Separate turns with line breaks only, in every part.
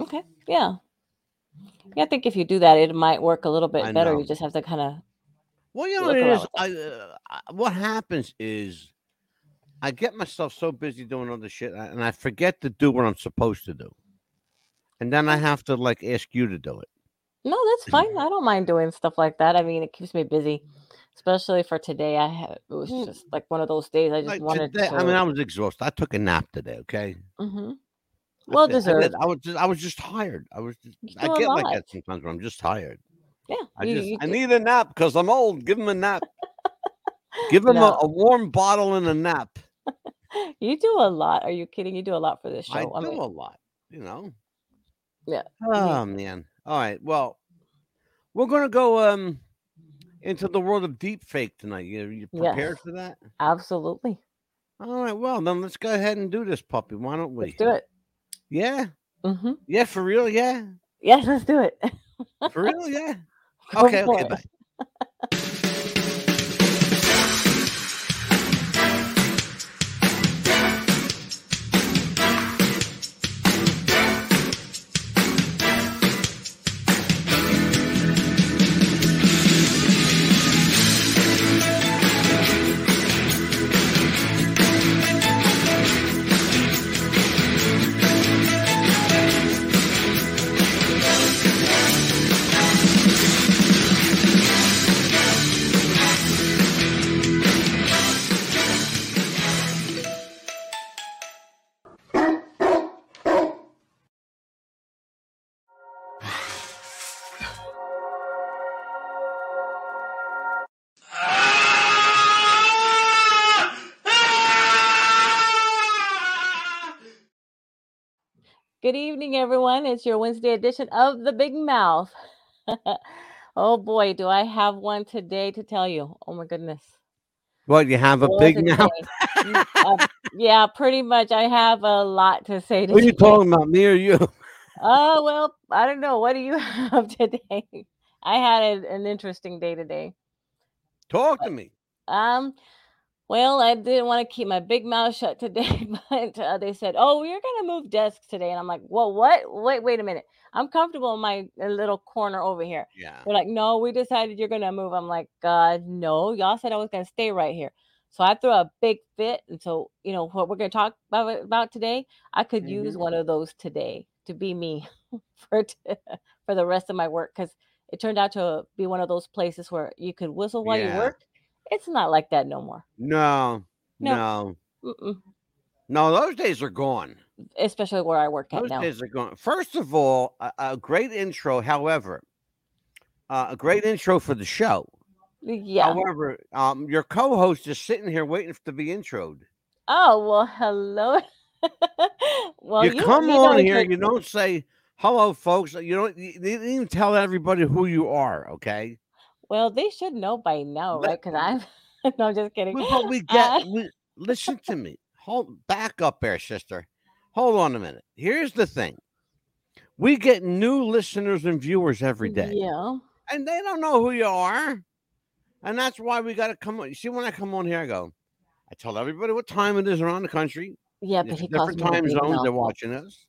Okay. Yeah. Yeah, I think if you do that, it might work a little bit
I
better.
know.
You just have to kind of
Well, you know
Look
what it
around
is.
with
I, uh, I- what happens is I get myself so busy doing other shit, I- and I forget to do what I'm supposed to do, and then I
Mm.
have to like ask you to do it.
No, that's fine. I don't mind doing stuff like that. I mean, it keeps me busy, especially for today. I had it was
Well,
just like one of those days. I just
Hmm. Like
wanted
today,
to.
I mean, I was exhausted. I took a nap today. Okay.
Mhm.
I
Well
did- I, did.
deserved.
I was just, I was just tired. I was. Just,
You're
I
still
get like
alive.
that sometimes. Where I'm just tired.
Yeah,
I
you,
just.
you
I
did-
need a nap because I'm old. Give him a nap. Give him a,
No.
a warm bottle and a nap.
you do a lot. Are you kidding? You do a lot for this
I
show. I
do
mean,
a lot. You know.
yeah. I mean,
Oh man. All right. Well, we're gonna go um into the world of deep fake tonight. You you prepared
yes,
for that?
absolutely.
All right. Well, then let's go ahead and do this puppy. Why don't
Let's
we?
do it.
Yeah.
hmm
Yeah. For real. Yeah.
Yes, let's do it.
For real. Yeah.
Go
Okay.
for
Okay.
it.
Bye.
Good evening, everyone. It's your Wednesday edition of the Big Mouth. oh boy, do I have one today to tell you? Oh my goodness.
Well, you have a
Well,
big mouth.
today, mm, uh, yeah, pretty much. I have a lot to say
What are you
today.
talking about? Me or you?
Oh well, I don't know. What do you have today? I had an an interesting day today.
Talk to me.
Um, well, I didn't want to keep my big mouth shut today, but uh, they said, "Oh, we're gonna move desks today," and I'm like, "Well, what? Wait, wait a minute. I'm comfortable in my uh, little corner over here."
Yeah.
They're like, "No, we decided you're gonna move." I'm like, "God, no! Y'all said I was gonna stay right here." So I threw a big fit, and so you know what we're gonna talk about, about today. I could use
hmm
one of those today to be me for t- for the rest of my work because it turned out to be one of those places where you could whistle while you
Yeah.
work. It's not like that no more.
No.
No,
No.
mm-mm.
No. Those days are gone.
especially where I work at
Those
now.
days are gone. First of all, a, a great intro. However, uh, a great intro for the show.
Yeah.
However, um, your co-host is sitting here waiting to be introed.
Oh well, hello. well,
You
you don't
come
need no
on here,
intro.
you don't say hello, folks. You don't you didn't even tell everybody who you are. Okay,
Well, they should know by now,
let
right? Because I'm no, I'm just kidding.
we- but we get
I
we listen to me. Hold back up, there, sister. Hold on a minute. Here's the thing: we get new listeners and viewers every day,
yeah.
and they don't know who you are, and that's why we got to come on. You see, when I come on here, I go. I tell everybody what time it is around the country.
Yeah,
It's
but
a
he calls
different
me the
time
big
zones.
mouth
They're
though.
watching us.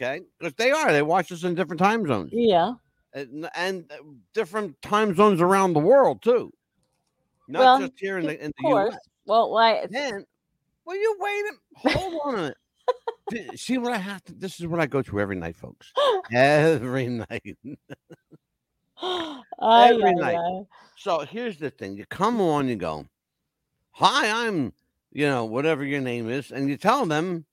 Okay, because they are. They watch us in different time zones
Yeah.
and, and uh, different time zones around the world too, not
Well,
just here in
of
the in the U.S.
course. Well, why it's
Then, well, you wait a hold on a minute. Th- See what I have to. This is what I go through every night, folks. Every night,
ay,
every
ay,
night.
ay.
So here's the thing: you come on, you go, "Hi, I'm," you know, whatever your name is, and you tell them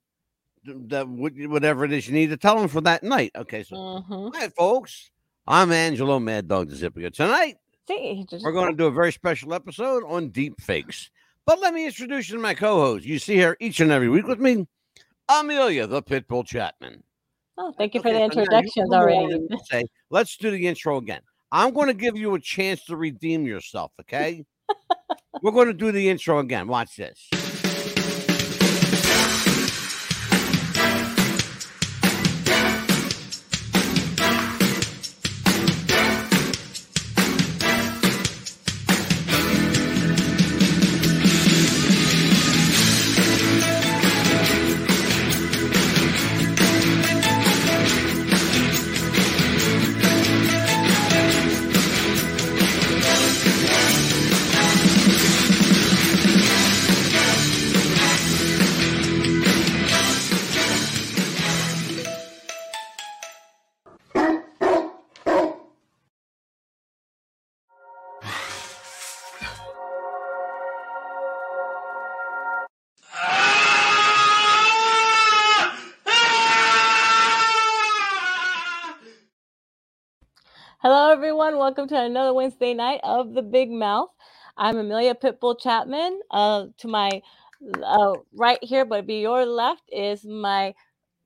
th- that what- whatever it is you need to tell them for that night. Okay, so
Mm-hmm.
hi, folks. I'm Angelo Mad Dog the Zipper. Tonight,
See, he just
We're going to do a very special episode on deep fakes. But let me introduce you to my co host. You see her each and every week with me, Amelia, the Pitbull Chapman.
oh,
Uh,
thank you for the
Okay, so now you
introductions
come
already.
on
You
and you say, let's do the intro again. I'm going to give you a chance to redeem yourself, okay? We're going to do the intro again. Watch this.
Hello, everyone. Welcome to another Wednesday night of the Big Mouth. I'm Amelia Pitbull Chapman. Uh, to my uh, right here, but be your left is my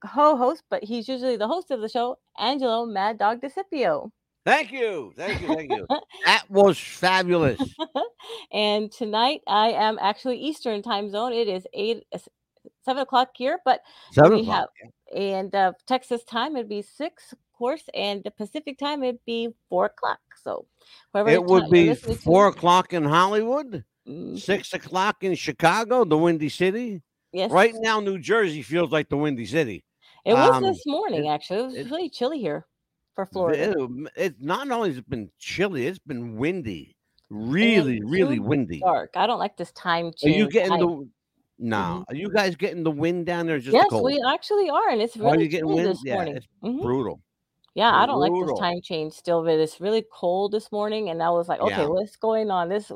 co-host, but he's usually the host of the show, Angelo Mad Dog DeCipio.
Thank you. Thank you. Thank you. that was fabulous.
and tonight I am actually Eastern time zone. It is eight uh, s- seven o'clock here, but
Seven
we
o'clock.
and uh, Texas time it'd be six, of course, and the Pacific time it'd be four o'clock. So whoever
It would be four o'clock in Hollywood,
Mm-hmm. Mm,
six o'clock in Chicago, the Windy City.
yes,
Right now, New Jersey feels like the Windy City.
It was
um,
this morning,
it-
actually. It was
it-
really chilly here for Florida.
It, it's not only has it been chilly, it's been windy. Really, really
super
windy. Are
dark. I don't like this time change.
you getting
I-
the no? Are you guys getting the wind down there? or Just the
Mm-hmm. yes,
cold?
we actually are, and it's
Oh,
really
you getting
chilly
wind?
this
Yeah,
morning.
it's
Mhm.
brutal.
Yeah, I don't like
brutal.
this time change still, but it's really cold this morning, and I was like, okay,
Yeah.
what's going on? This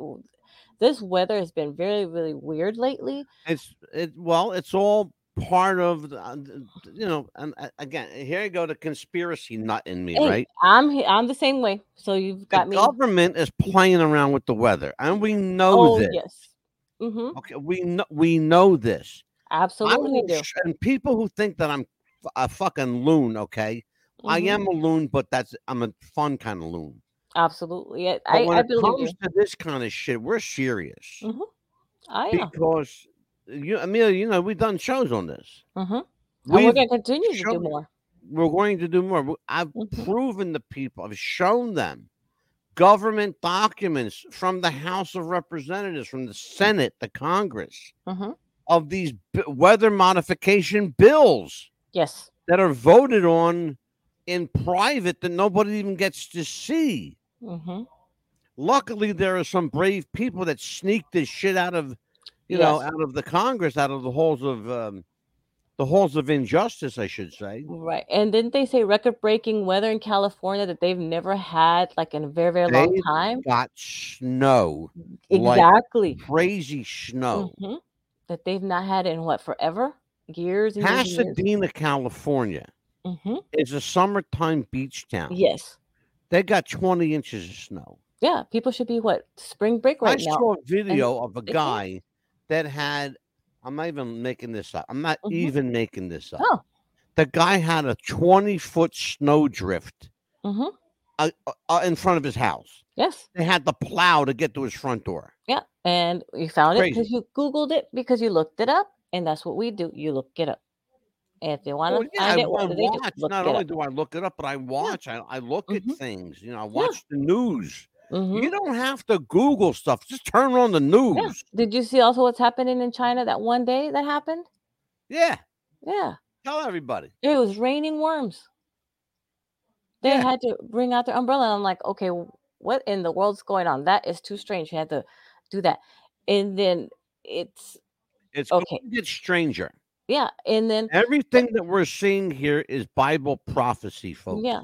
this weather has been very, really weird lately.
It's it well, it's all part of the, uh, th- th- you know. And uh, again, here you go, the conspiracy nut in me,
Hey,
right?
I'm he- I'm the same way. So you've got
the
me.
government is playing around with the weather, and we know
Oh
this.
yes, mm-hmm.
Okay, we know we know this. I
absolutely we
will
do.
sh- and people who think that I'm f- a fucking loon, okay? I
Mhm.
am a loon, but that's I'm a fun kind of loon.
absolutely. Yeah,
But
I,
when
I
it
believe you.
comes to this kind of shit, we're serious
Mhm. I am.
because you, Amelia, you know, we've done shows on this.
Mm-hmm. And we're
We've
going to continue to do
shown-
more.
we're going to do more. W- I've
Mhm.
proven the people, I've shown them government documents from the House of Representatives, from the Senate, the Congress,
hmm
of these b- weather modification bills
Yes.
that are voted on in private that nobody even gets to see.
hmm
Luckily, there are some brave people that sneak this shit out of, you know,
Yes.
out of the Congress, out of the halls of um, the halls of injustice, I should say.
Right. And didn't they say record breaking weather in California that they've never had like in a very, very long
They've
time? Mm.
Got snow. like
Exactly.
crazy snow.
hmm That they've not had in what forever? Years and years. And years.
Pasadena, California
hmm
is a summertime beach town.
Yes.
They got 20 inches of snow.
Yeah. People should be what? Spring break right
I
now.
saw a video of a
yeah.
guy that had, I'm not even making this up. I'm not
Mhm.
even making this up.
Oh.
The guy had a 20 foot snowdrift
hmm
uh, uh, uh, in front of his house.
Yes.
They had to plow to get to his front door.
Yeah. And you found it
Crazy.
because you Googled it because you looked it up. And that's what we do. You look it up. And if you want to
Well, Oh, yeah, I,
find
I
it, what do they do?
watch.
Look
Not
it
only
up.
do I look it up, but I watch. I, I look
Mhm.
at things. You know, I watch the news.
Mhm.
You don't have to Google stuff. Just turn on the news.
Did you see also what's happening in China that one day that happened?
Yeah.
Yeah.
Tell everybody.
It was raining worms. They
Yeah.
had to bring out their umbrella. And I'm like, okay, w- what in the world's going on? That is too strange. You had to do that. And then it's,
It's
Okay.
going to get stranger.
yeah. And then,
Everything that we're seeing here is Bible prophecy, folks.
yeah.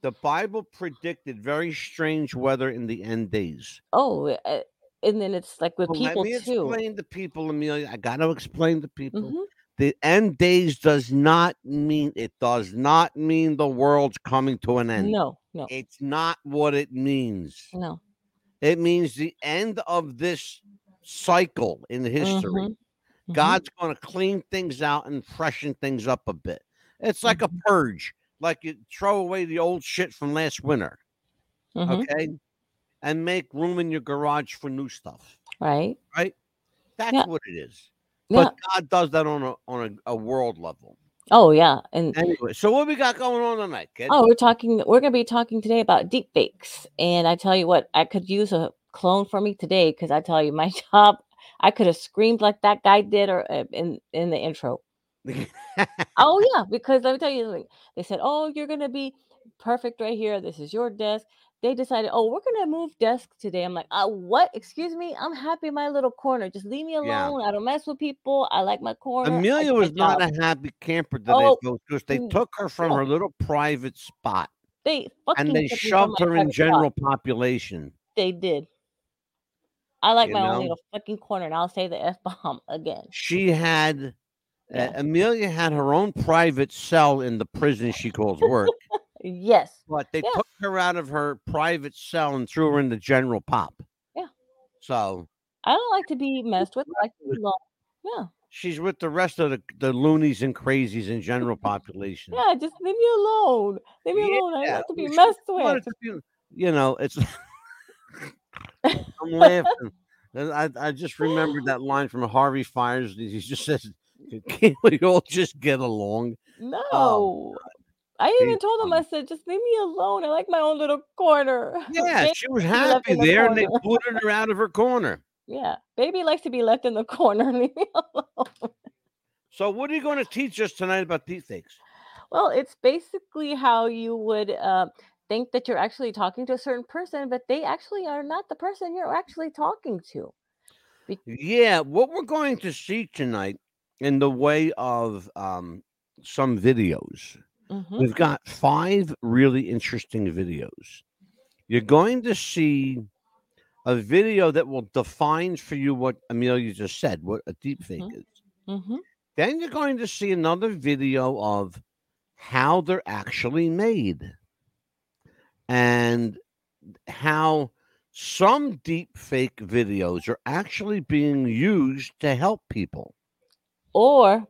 The Bible predicted very strange weather in the end days.
Oh, uh, and then it's like with
But let
people
me
too.
explain to people, Amelia. I got to explain to people.
Mhm.
The end days does not mean it does not mean the world's coming to an end.
No, no,
It's not what it means.
no.
It means the end of this cycle in history.
Mhm, mhm.
God's going to clean things out and freshen things up a bit. It's like
Mhm.
a purge, like you throw away the old shit from last winter,
Mhm.
okay? And make room in your garage for new stuff.
Right.
That's
Yeah.
what it is.
Yeah.
But God does that on a on a, a world level.
oh, yeah. And
Anyway, so what we got going on tonight, kid?
Oh, we're talking. We're going to be talking today about deep fakes, and I tell you what, I could use a clone for me today because I tell you, my job, I could have screamed like that guy did, or uh, in in the intro. Oh yeah, because let me tell you something. They said, "Oh, you're going to be perfect right here. This is your desk." They decided, "Oh, we're going to move desks today." I'm like, uh, "What? Excuse me? I'm happy in my little corner. Just leave me
Yeah.
alone. I don't mess with people. I like my corner." I
Amelia
do my
was not
job."
a happy camper today,
Oh,
folks, because they
mm,
took her from
yeah.
her little private spot
They fucking
and they
took me from
shoved
my
her in
private job.
general population.
they did. I like
You
my
know?
own little fucking corner, and I'll say the f bomb again.
She had uh,
Yeah,
Amelia had her own private cell in the prison she calls work,
Yes.
But they
Yeah.
took her out of her private cell and threw her in the general pop.
Yeah.
So
I don't like to be messed with. I like to be alone. Yeah.
she's with the rest of the, the loonies and crazies in general population.
Yeah. Just leave me alone. Leave me alone. I don't
Yeah,
like to be
we should
messed
I
with.
wanted to feel- you know, it's. I'm laughing. I, I just remembered that line from Harvey Fires. He just says, "Can't we all just get along?"
No.
Oh,
I
She's
even told him, I
funny.
said, just leave me alone. I like my own little corner.
Yeah,
Ba-
she was
be left
happy
in the
there, and they booted her out of her corner.
yeah. Baby likes to be left in the corner. Leave me alone.
So, what are you going to teach us tonight about deep fakes?
Well, it's basically how you would uh, think that you're actually talking to a certain person, but they actually are not the person you're actually talking to.
Yeah, what we're going to see tonight in the way of um, some videos,
Mhm.
we've got five really interesting videos. You're going to see a video that will define for you what Amelia just said, what a deep fake
Mhm.
is.
Mhm.
Then you're going to see another video of how they're actually made and how some deep fake videos are actually being used to help people
Or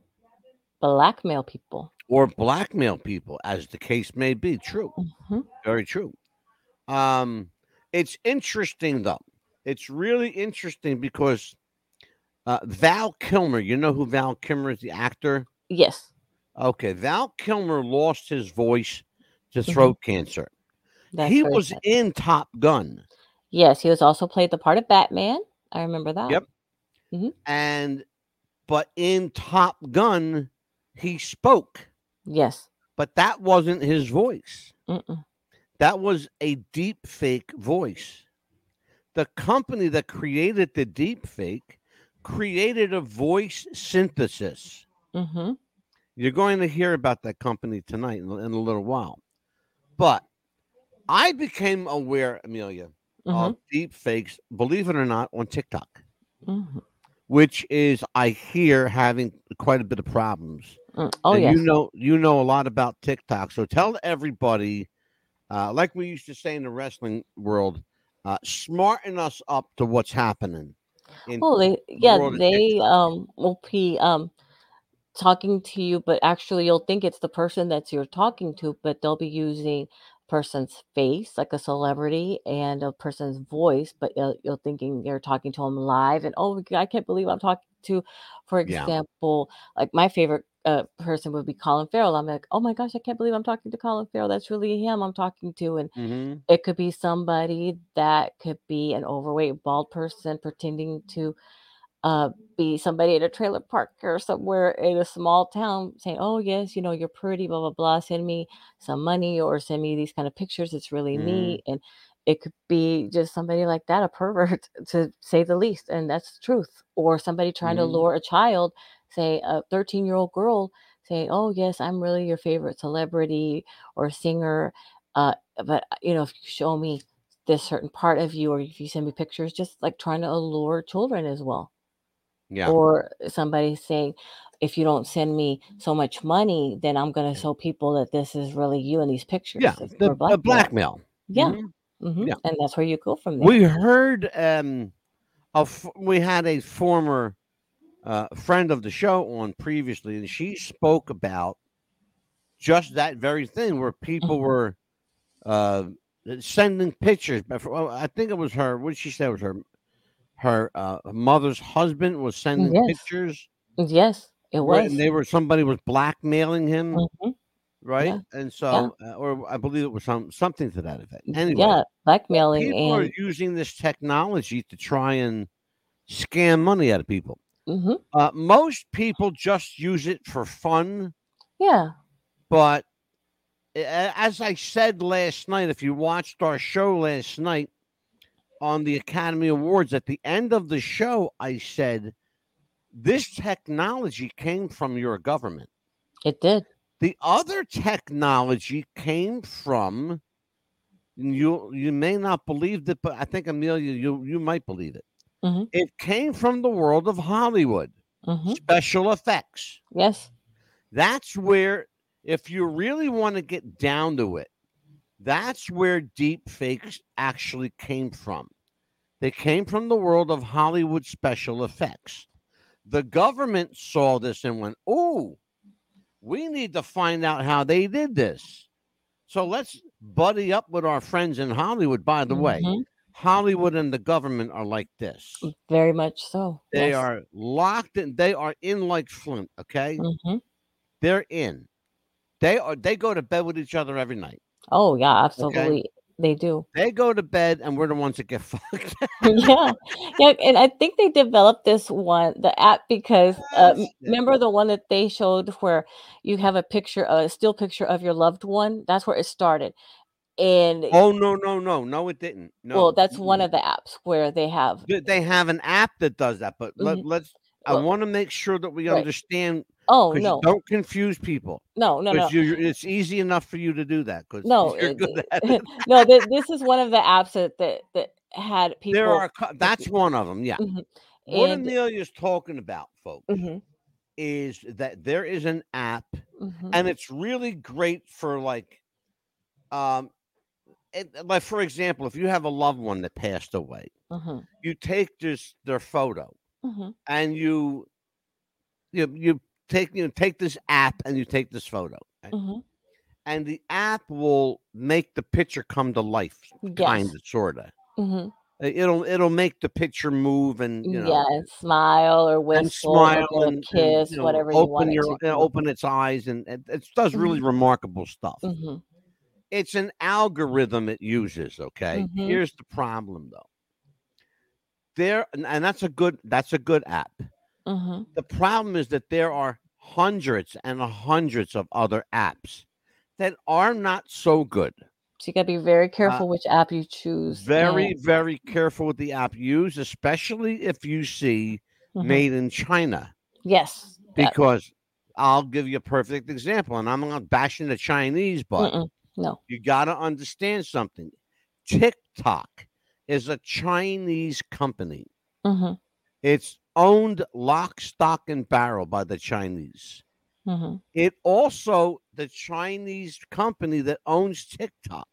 blackmail people.
or blackmail people, as the case may be. True.
Mhm.
Very true. Um, it's interesting though. It's really interesting because uh, Val Kilmer. You know who Val Kilmer is, the actor.
Yes.
Okay, Val Kilmer lost his voice to throat cancer.
Mm-hmm. That's
he
very
was
sad.
in Top Gun,
Yes, he was also played the part of Batman. I remember that.
Yep. and but in Top Gun, he spoke,
Yes.
but that wasn't his voice.
Mm-mm.
That was a deep fake voice. The company that created the deep fake created a voice synthesis.
Mm-hmm.
You're going to hear about that company tonight in, in a little while. But I became aware, Amelia,
Mm-hmm.
of deep fakes, believe it or not, on TikTok,
hmm
which is I hear having quite a bit of problems.
Oh,
and
yes.
you know you know a lot about TikTok. So tell everybody, uh, like we used to say in the wrestling world, uh, smarten us up to what's happening. in-
Well, they yeah,
world is
they um will be um talking to you, but actually you'll think it's the person that you're talking to, but they'll be using person's face like a celebrity and a person's voice, but you're, you're thinking you're talking to them live, and oh, I can't believe I'm talking to, for
Yeah.
example, like my favorite. Uh, person would be Colin Farrell. I'm like, oh my gosh, I can't believe I'm talking to Colin Farrell. That's really him I'm talking to, and
Mhm.
it could be somebody that could be an overweight bald person pretending to uh, be somebody at a trailer park or somewhere in a small town saying, "Oh yes, you know you're pretty, blah blah blah. Send me some money or send me these kind of pictures. It's really
Mhm.
me." And it could be just somebody like that, a pervert, to say the least, and that's the truth. Or somebody trying
Mhm.
to lure a child, say a 13 year old girl, saying, "Oh yes, I'm really your favorite celebrity or singer, uh, but you know if you show me." this certain part of you or if you send me pictures just like trying to allure children as well
Yeah.
or somebody saying if you don't send me so much money then i'm going to show people that this is really you in these pictures
Yeah.
It's
The,
for
the blackmail.
yeah
Mhm.
hmm
Yeah.
and that's where you go from there
We heard um, a f- we had a former uh, friend of the show on previously, and she spoke about just that very thing where
Mm-hmm.
people were uh, sending pictures. but for- well, I think it was her. What did she say was her? Her uh, mother's husband was sending
Mm, Yes.
pictures,
yes it
right?
was
And they were somebody was blackmailing him,
Mhm.
right?
yeah, Mm,
And so, uh, or I believe it was some something to that effect. Anyway,
yeah blackmailing
people are
and
using this technology to try and scam money out of people.
mhm,
Uh, most people just use it for fun,
yeah
but a- as I said last night, if you watched our show last night on the Academy Awards, at the end of the show, I said this technology came from your government.
it did
The other technology came from and you. You may not believe it, but I think Amelia, you you might believe it.
Mhm.
It came from the world of Hollywood,
hmm
special effects.
yes
That's where, if you really want to get down to it, That's where deep fakes actually came from. They came from the world of Hollywood special effects. The government saw this and went, "Oh, we need to find out how they did this." So let's buddy up with our friends in Hollywood. By the way,
Mhm.
Hollywood and the government are like this.
very much so.
They
Yes.
are locked in. They are in like Flint. Okay,
Mhm.
they're in. They are. They go to bed with each other every night.
Oh yeah, absolutely. They do.
They go to bed, and we're the ones that get fucked.
yeah, yeah, and I think they developed this one, the app, because uh, m-
Yes, yeah.
remember the one that they showed where you have a picture, a still picture of your loved one. That's where it started, and
oh no, no, no, no! It didn't. No.
well, that's one
mm-mm.
of the apps where they have.
Th- They have an app that does that, but let,
Mhm.
let's. I
Well,
want to make sure that we
right.
understand
Oh
because
no,
don't confuse people.
no, no, no,
Because you, it's easy enough for you to do that because
no,
you're
it-
good at it.
it- no. th- This is one of the apps that that, that had
There
people,
are. co- That's one of them. Yeah.
Mhm.
What
and
Amelia's talking about, folks,
mhm,
is that there is an app
mhm.
and it's really great for like um it, like for example if you have a loved one that passed away
Mhm,
you take just their photo
mhm,
and you you, you take you take this app and you take this photo right?
mhm.
and the app will make the picture come to life kind
Yes,
of sorta
mhm.
It- it'll it'll make the picture move and you
yeah,
know
and mm, smile or
and
whistle or
smile
give a
and, and
kiss,
you know
whatever you
open
want it
your uh,
to
you know,
do.
open its eyes and it, it does really remarkable stuff
Mm-hmm.
it's an algorithm it uses okay
Mm-hmm.
here's the problem though there and, and that's a good that's a good app
Mm-hmm.
the problem is that there are hundreds and hundreds of other apps that are not so good
So you gotta be very careful which app you choose.
Uh, very very careful with the app use especially if you see
and- Mhm.
made in china
Yes. uh, that-
because i'll give you a perfect example and i'm not bashing the chinese but
mm-mm, No.
You got to understand something. TikTok is a Chinese company.
Mm-hmm.
It's owned lock, stock, and barrel by the Chinese.
Mm-hmm.
It also, the Chinese company that owns TikTok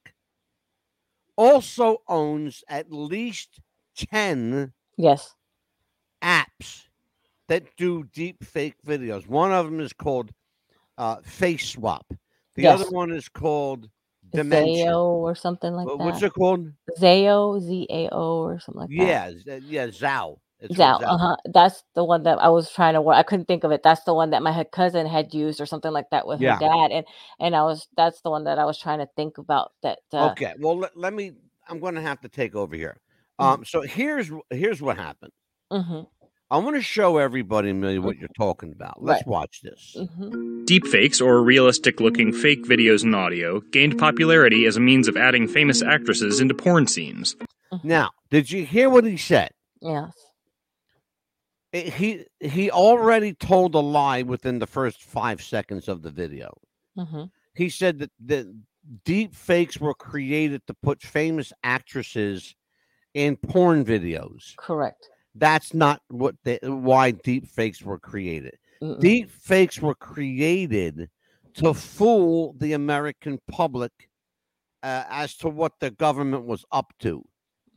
also owns at least 10
Yes.
apps that do deep fake videos. One of them is called uh, Face Swap, the other
Yes.
one is called Dimension.
Zayo or something like
Wha- What's
that.
it called?
Zayo, Z A O or something like that.
Yeah, Z- yeah, Zao. It's
Zao.
called Zao.
Uh huh. That's the one that I was trying to work. I couldn't think of it. That's the one that my h- cousin had used or something like that with her
Yeah.
dad, and and I was that's the one that I was trying to think about. That uh,
Okay. Well, let, let me. I'm going to have to take over here.
mhm,
Um. So here's wh- here's what happened.
mhm,
I want to show everybody, Amelia, what you're talking about.
right.
Let's watch this.
Mm-hmm.
Deepfakes, or realistic looking fake videos and audio, gained popularity as a means of adding famous actresses into porn scenes.
Mm-hmm.
Now, did you hear what he said?
Yes.
I- he he already told a lie within the first five seconds of the video.
Mm-hmm.
He said that the deep fakes were created to put famous actresses in porn videos.
Correct.
That's not what they, why deep fakes were created.
Mm-mm.
Deep fakes were created to fool the American public uh, as to what the government was up to.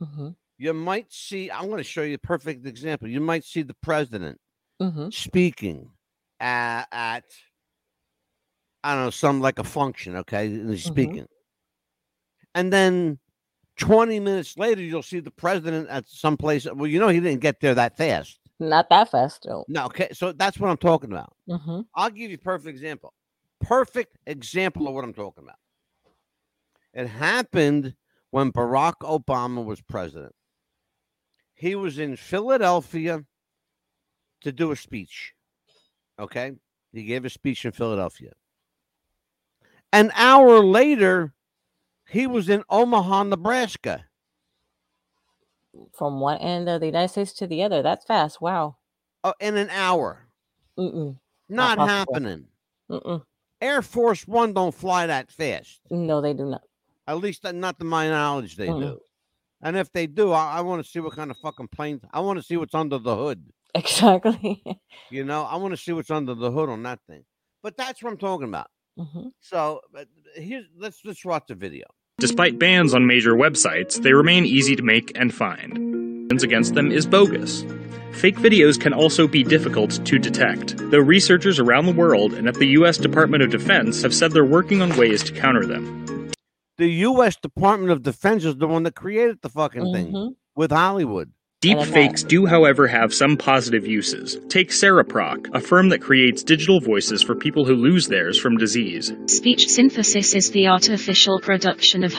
Mm-hmm.
You might see, I'm going to show you a perfect example. You might see the president
Mm-hmm.
speaking uh, at, I don't know, some like a function, okay? And he's
Mm-hmm.
speaking. And then 20 minutes later, you'll see the president at some place. Well, you know, he didn't get there that fast.
Not that fast, though.
No, okay. So that's what I'm talking about.
Mm-hmm.
I'll give you a perfect example. Perfect example of what I'm talking about. It happened when Barack Obama was president. He was in Philadelphia to do a speech. Okay. He gave a speech in Philadelphia. An hour later, he was in Omaha, Nebraska.
From one end of the United States to the other. That's fast. Wow.
uh, in an hour.
Mm-mm. Not
Not
possible.
happening.
Mm-mm.
Air Force One don't fly that fast.
No, they do not.
At least, uh, not to my knowledge, they
Mm-mm.
do. And if they do, I, I want to see what kind of fucking plane. I want to see what's under the hood.
Exactly.
You know, I want to see what's under the hood on that thing. But that's what I'm talking about.
mm-hmm.
So but here's let's let's watch the video.
Despite bans on major websites, they remain easy to make and find. Against them is bogus. Fake videos can also be difficult to detect, though researchers around the world and at the U.S. Department of Defense have said they're working on ways to counter them.
The U.S. Department of Defense is the one that created the fucking thing
Mhm.
with Hollywood.
Deepfakes do, however, have some positive uses. Take Cereproc, a firm that creates digital voices for people who lose theirs from disease.
Speech synthesis is the artificial production of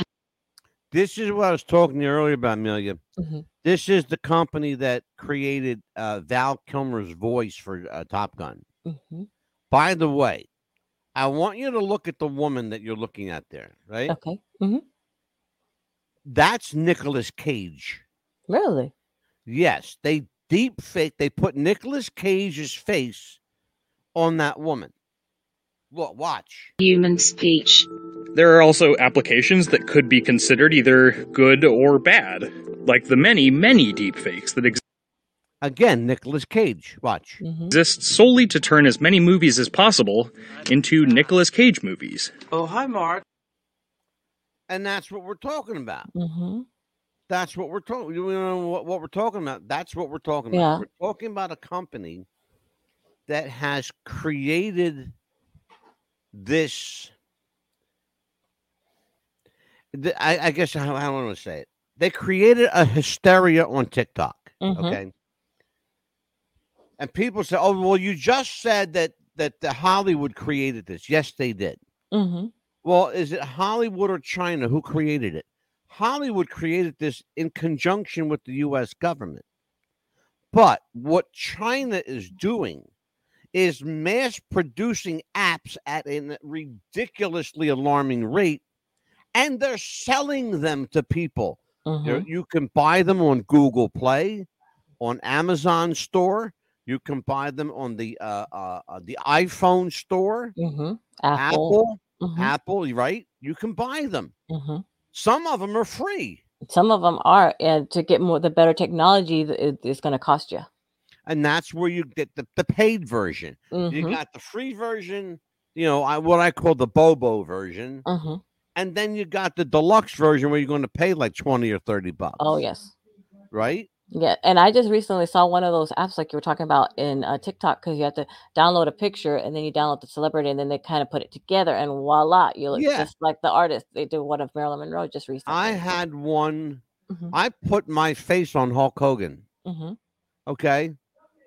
This is what I was talking to you earlier about, Amelia.
Mhm.
This is the company that created uh, Val Kilmer's voice for uh, Top Gun.
Mhm.
By the way, I want you to look at the woman that you're looking at there, right?
Okay. hmm
That's Nicolas Cage.
Really?
Yes, they deep fake. They put Nicolas Cage's face on that woman. Look, watch.
human speech.
There are also applications that could be considered either good or bad, like the many, many deepfakes that exist.
Again, Nicolas Cage. Watch.
hmm
exists solely to turn as many movies as possible into Nicolas Cage movies.
Oh, hi, Mark.
And that's what we're talking about.
hmm
That's what we're talking. You know what, what we're talking about? That's what we're talking about.
Yeah.
We're talking about a company that has created this. th- I, I guess how I want to say it. They created a hysteria on TikTok.
Mhm.
Okay. And people say, "Oh, well, you just said that that the Hollywood created this." Yes, they did.
hmm
Well, is it Hollywood or China who created it? Hollywood created this in conjunction with the US government. But what China is doing is mass producing apps at a ridiculously alarming rate, and they're selling them to people.
mm-hmm,
They're- You can buy them on Google Play, on Amazon Store. You can buy them on the uh, uh, uh, the iPhone Store,
hmm
Apple
Apple. hmm
Apple, you're right? You can buy them.
hmm
Some of them are free,
Some of them are, and to get more the better technology, th- it, it's going to cost you.
and that's where you get the, the paid version. You
hmm
got the free version, you know, I, what I call the Bobo version,
hmm
and then you got the deluxe version where you're going to pay like 20 or 30 bucks.
Oh yes,
Right?
yeah. And I just recently saw one of those apps like you were talking about in uh, TikTok because you have to download a picture and then you download the celebrity and then they kind of put it together and voila, you look
Yeah.
just like the artist. They did one of Marilyn Monroe just recently.
I had one,
Mhm.
I put my face on Hulk Hogan.
hmm
Okay.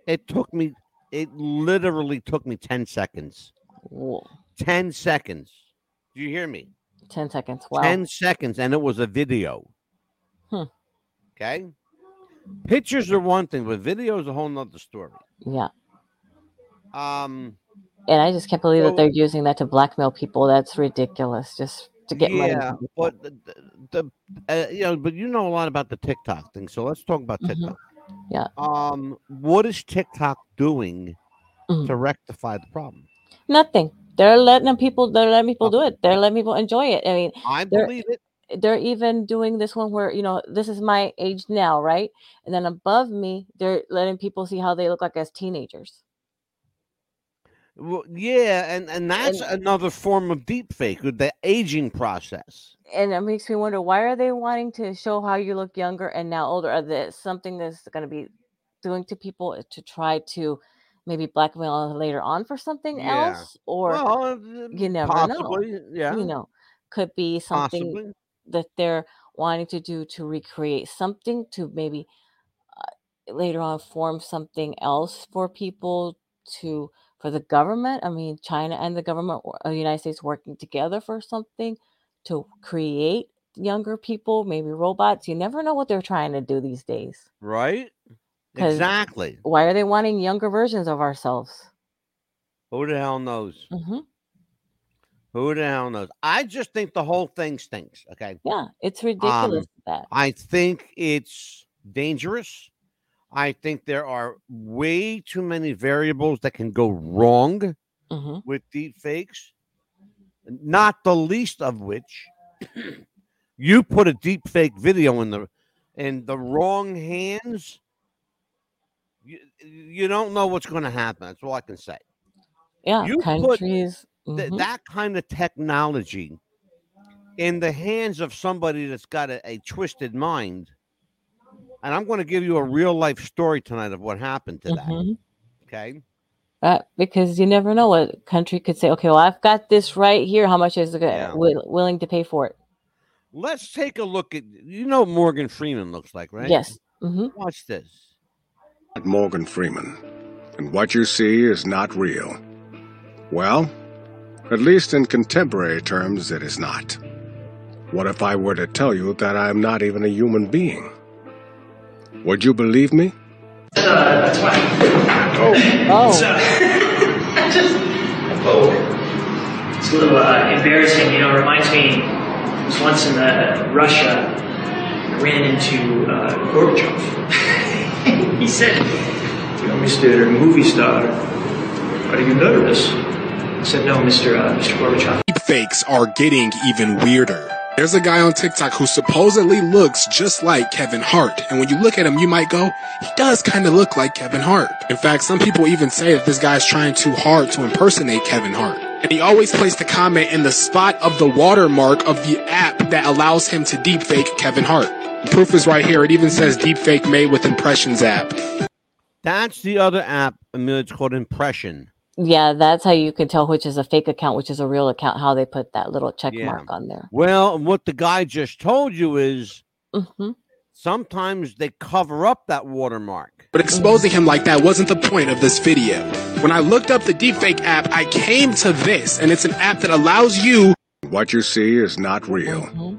It took me, it literally took me 10 seconds. 10 seconds. Do you hear me?
ten seconds. Wow.
10 seconds and it was a video.
Hmm.
Okay. Pictures are one thing, but video is a whole nother story.
Yeah.
Um,
And I just can't believe
So-
that they're using that to blackmail people. That's ridiculous. Just to get money.
yeah,
from people.
but the, the uh, you know, but you know a lot about the TikTok thing, so let's talk about
Mhm.
TikTok.
Yeah.
Um, what is TikTok doing
Mm-hmm.
to rectify the problem?
Nothing. They're letting them people. They're letting people do
Nothing.
it. They're letting people enjoy it. I mean,
I
There-
believe it.
they're even doing this one where you know this is my age now, right? And then above me, they're letting people see how they look like as teenagers.
Well, yeah, and and that's another form of deep fake with the aging process.
And it makes me wonder why are they wanting to show how you look younger and now older? Are there something that's going to be doing to people to try to maybe blackmail them later on for something
Yeah.
else, or
well, uh,
you never
possibly, yeah,
know? You know, could be something
possibly.
that they're wanting to do to recreate something to maybe uh, later on form something else for people to for the government i mean china and the government or uh, united states working together for something to create younger people maybe robots you never know what they're trying to do these days
Right?
'Cause-
Exactly.
why are they wanting younger versions of ourselves
Who the hell knows?
hmm
Who the hell knows? I just think the whole thing stinks. Okay.
yeah it's ridiculous
Um
that
I think it's dangerous. I think there are way too many variables that can go wrong
hmm
with deep fakes, not the least of which you put a deep fake video in the in the wrong hands. You, you don't know what's going to happen. That's all I can say.
yeah
You put
countries
Th-
mhm.
that kind of technology in the hands of somebody that's got a, a twisted mind. And I'm going to give you a real life story tonight of what happened to that.
Mhm.
Okay.
Right, Uh, because you never know what country could say. Okay, well, I've got this right here. How much is it
Yeah.
gonna wi- willing to pay for it?
Let's take a look at, you know, what Morgan Freeman looks like, right?
Yes. hmm
Watch this.
not Morgan Freeman, and what you see is not real. Well, at least in contemporary terms, it is not. What if I were to tell you that I am not even a human being? Would you believe me?
Oh,
I just, oh, it's a little uh, embarrassing. You know, it reminds me. It was once in uh, Russia. I ran into uh, Gorbachev. he said, "You know, Mister Movie Star, are you nervous?" I said, "No, Mister uh, Mister Gorbachev."
Fakes are getting even weirder. There's a guy on TikTok who supposedly looks just like Kevin Hart. And when you look at him, you might go, he does kind of look like Kevin Hart. In fact, some people even say that this guy's trying too hard to impersonate Kevin Hart. And he always placed the comment in the spot of the watermark of the app that allows him to deepfake Kevin Hart. The proof is right here. It even says deepfake made with impressions app.
That's the other app, Amelia. It's called Impression.
yeah. That's how you can tell which is a fake account, which is a real account. How they put that little check
Yeah.
mark on there.
Well, and what the guy just told you is
hmm
sometimes they cover up that watermark.
But exposing him like that wasn't the point of this video. When I looked up the deepfake app, I came to this, and it's an app that allows you
What you see is not real.
hmm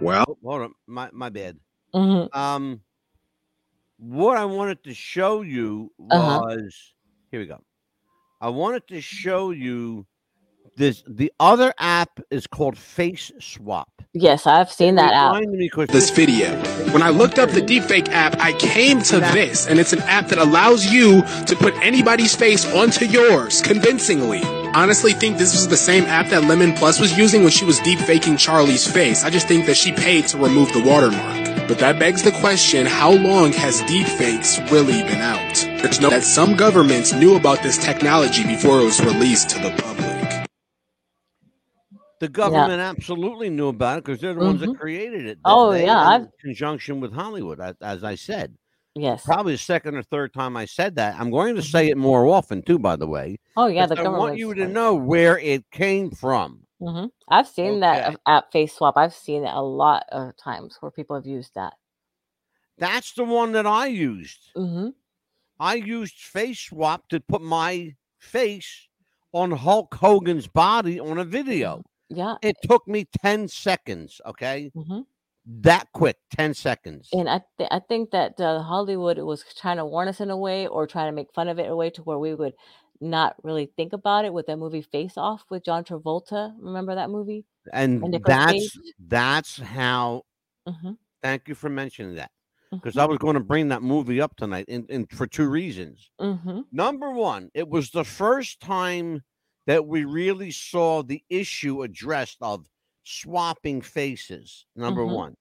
Well,
Oh, hold on, my my bad.
hmm
Um, what I wanted to show you was
Uh-huh.
here we go. I wanted to show you this. The other app is called Face Swap.
Yes, I've seen that app.
Remind me, 'cause
this video. When I looked up the deepfake app, I came to this, and it's an app that allows you to put anybody's face onto yours convincingly. Honestly, think this was the same app that Lemon Plus was using when she was deepfaking Charlie's face. I just think that she paid to remove the watermark. But that begs the question, how long has deepfakes really been out? There's no that some governments knew about this technology before it was released to the public.
the government absolutely knew about it because they're the ones that created it. They-
Oh,
they-
yeah,
in
I've-
conjunction with Hollywood, as, as I said.
Yes.
probably the second or third time I said that. I'm going to say it more often too, by the way.
Oh, Mm-hmm. yeah. The
because I
government.
want you to know where it came from.
hmm I've seen that
Okay.
uh, app face swap. I've seen it a lot of times where people have used that.
That's the one that I used.
hmm
I used face swap to put my face on Hulk Hogan's body on a video.
Yeah.
It took me 10 seconds, okay?
hmm
That quick, 10 seconds.
And I, th- I think that uh, Hollywood was trying to warn us in a way or trying to make fun of it in a way to where we would not really think about it with that movie Face Off with John Travolta. Remember that movie?
And,
and Nicolas
that's
Cage.
that's how
Mm-hmm.
thank you for mentioning that. Because I was going to bring that movie up tonight and, and for two reasons.
Mm-hmm.
Number one, it was the first time that we really saw the issue addressed of swapping faces. Number
Mhm.
one.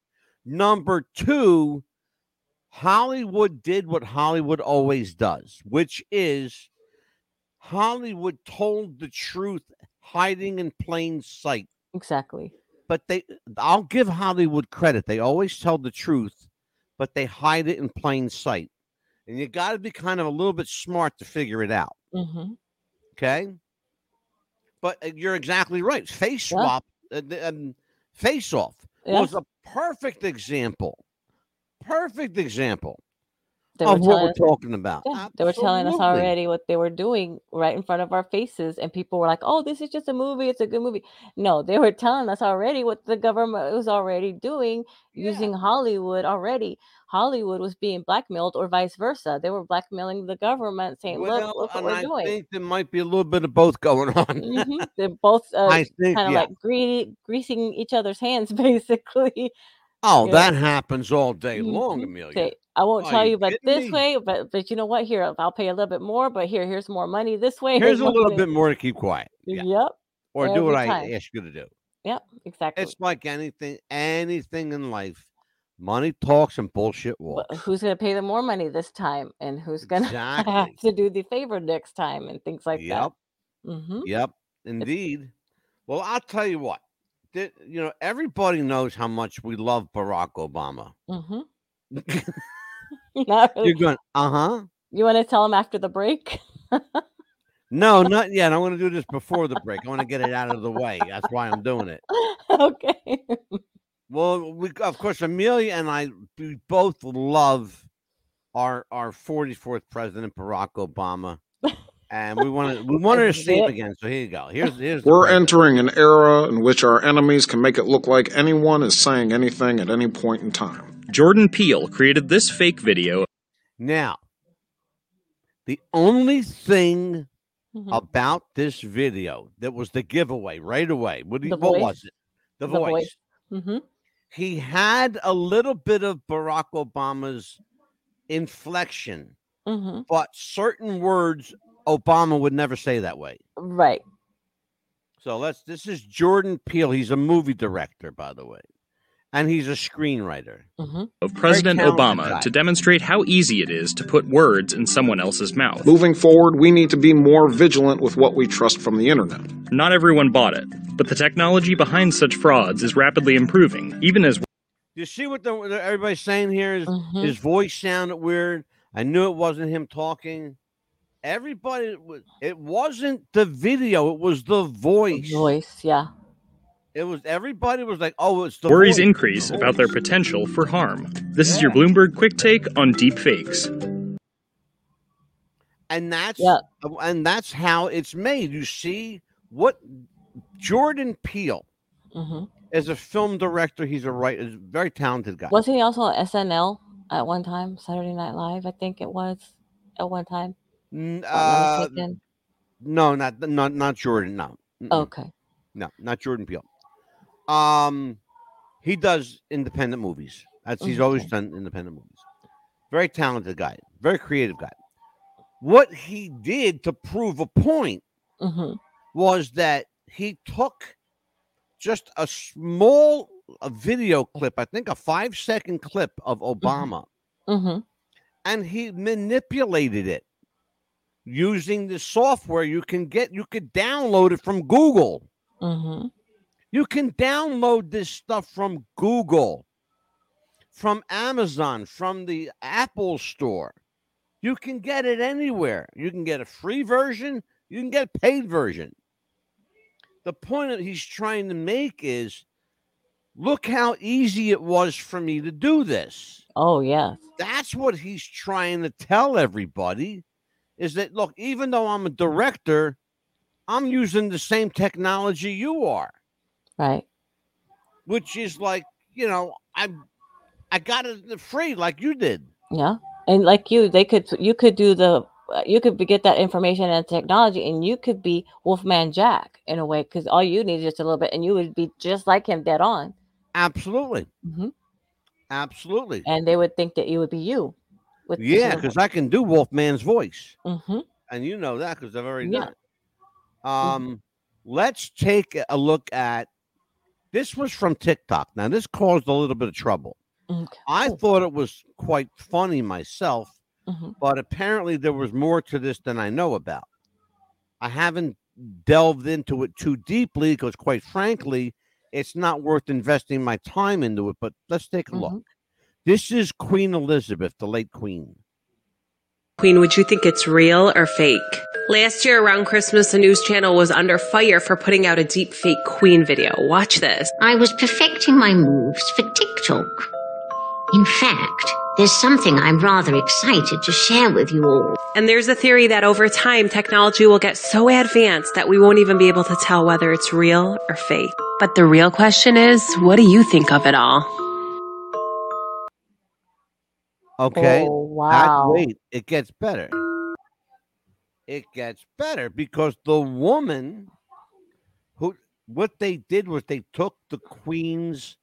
Number two, Hollywood did what Hollywood always does, which is Hollywood told the truth hiding in plain sight.
Exactly.
But they, I'll give Hollywood credit. They always tell the truth, but they hide it in plain sight. And you got to be kind of a little bit smart to figure it out.
Mm-hmm.
Okay. But uh, you're exactly right. Face
Yeah.
swap, uh, the, um, face off
Yeah.
was a perfect example. Perfect example
They were
of what
telling
we're
us,
talking about.
yeah, they were telling us
Absolutely.
already what they were doing right in front of our faces, and people were like, "Oh, this is just a movie. It's a good movie." No, they were telling us already what the government was already doing using Hollywood already. Hollywood was being blackmailed, or vice versa. They were blackmailing the government, saying,
Well,
"Look, look what
and
we're
I
doing."
think there might be a little bit of both going on.
Mhm. They're both uh,
I think,
kind of
yeah.
like greedy, greasing each other's hands, basically.
oh,
yeah.
that happens all day long,
Mhm.
Amelia.
Say, I won't
Oh, Are
tell
you
you, but
kidding
this
me?
way, but but you know what? Here, I'll pay a little bit more. But here, here's more money this way.
Here's a
more
little
money-
bit more to keep quiet. Yeah.
Yep.
Or do what
Mm-hmm. every time.
I ask you to do.
Yep. Exactly.
It's like anything, anything in life. Money talks and bullshit
But
walks.
who's going to pay the more money this time, and who's going to have
Exactly.
to do the favor next time, and things like
yep.
that. hmm
Yep, indeed. Well, I'll tell you what. that you know everybody knows how much we love Barack Obama.
Mm-hmm. Not really.
You're going, uh huh.
You want to tell him after the break?
No, not yet. I want to do this before the break. I want to get it out of the way. That's why I'm doing it.
okay.
Well, we of course Amelia and I we both love our our 44th president Barack Obama, and we want to we wanted to
That's
see him
it.
again. So here you go. Here's here's the
We're
president.
entering an era in which our enemies can make it look like anyone is saying anything at any point in time.
Jordan Peele created this fake video
now. The only thing
Mhm.
about this video that was the giveaway right away. What, do you-
The
what
voice.
was it? The,
The
voice.
voice. Mhm.
He had a little bit of Barack Obama's inflection,
Mhm.
but certain words Obama would never say that way.
Right.
So let's. This is Jordan Peele. He's a movie director, by the way, and he's a screenwriter.
Mhm.
of President
talented
Obama
guy.
to demonstrate how easy it is to put words in someone else's mouth.
Moving forward, we need to be more vigilant with what we trust from the internet.
Not everyone bought it, but the technology behind such frauds is rapidly improving, even as
You see what the, what everybody's saying here is-
Mhm.
His voice sounded weird. I knew it wasn't him talking. Everybody, was, it wasn't the video. It was the
The
voice.
Voice. Yeah.
It was everybody was like, "Oh, it's the
worries
voice,
increase
the
about their
voice."
potential for harm. This is
Yeah.
your Bloomberg quick take on deepfakes.
and that's
Yeah.
and that's how it's made. You see what Jordan Peele
Mhm.
is a film director. He's a right, is a very talented guy.
Wasn't he also on SNL at one time? Saturday Night Live, I think it was. At one time.
N-
if I'm not
uh,
mistaken.
no, not not not Jordan. No, Mm-mm.
okay.
no, not Jordan Peele. Um, he does independent movies. That's he's always
Okay.
done independent movies. Very talented guy, very creative guy. What he did to prove a point
Mhm.
was that he took just a small a video clip, I think a five second clip of Obama,
Mhm.
and he manipulated it using the software you can get. You could download it from Google.
Mhm.
You can download this stuff from Google, from Amazon, from the Apple Store. You can get it anywhere. You can get a free version, you can get a paid version. The point that he's trying to make is look how easy it was for me to do this.
Oh yes.
That's what he's trying to tell everybody is that look, even though I'm a director, I'm using the same technology you are
Right.
which is like you know I I got it free like you did.
Yeah, and like you, they could you could do the uh, you could be- get that information and technology, and you could be Wolfman Jack in a way because all you need is just a little bit, and you would be just like him, dead on.
Absolutely,
Mhm.
absolutely.
And they would think that you would be you. With
Yeah, because I can do Wolfman's voice,
hmm
and you know that because I've already
Yeah. Mm-hmm.
done it. Um, let's take a look at this was from TikTok. Now this caused a little bit of trouble.
Okay.
I
Oh.
thought it was quite funny myself,
Mhm.
but apparently there was more to this than I know about. I haven't delved into it too deeply because, quite frankly, it's not worth investing my time into it. But let's take a look.
Mm-hmm.
This is Queen Elizabeth, the late Queen.
Queen, would you think it's real or fake? Last year around Christmas, the news channel was under fire for putting out a deep fake Queen video. Watch this.
I was perfecting my moves for TikTok. In fact, there's something I'm rather excited to share with you all.
And there's a theory that over time, technology will get so advanced that we won't even be able to tell whether it's real or fake. But the real question is, what do you think of it all?
Okay.
Oh,
That-
wow.
wait, it gets better. It gets better because the woman who what they did was they took the queen's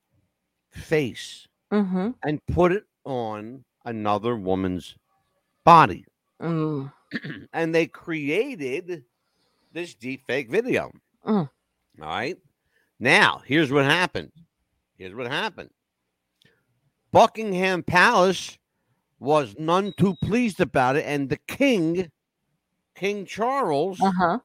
face
Mm-hmm.
and put it on another woman's body.
Mm.
and they created this deep fake video.
Mm.
All right. Now, here's what happened. Here's what happened. Buckingham Palace was none too
Uh-huh.
pleased about it, and the king, King Charles,
Uh huh.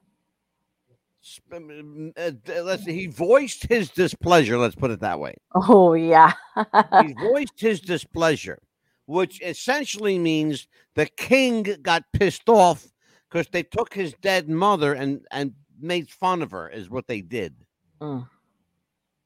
sp- m- uh, d- let's see, he voiced his displeasure. Let's put it that way.
Oh yeah.
He voiced his displeasure, which essentially means the king got pissed off because they took his dead mother and and made fun of her. Is what they did.
Mm.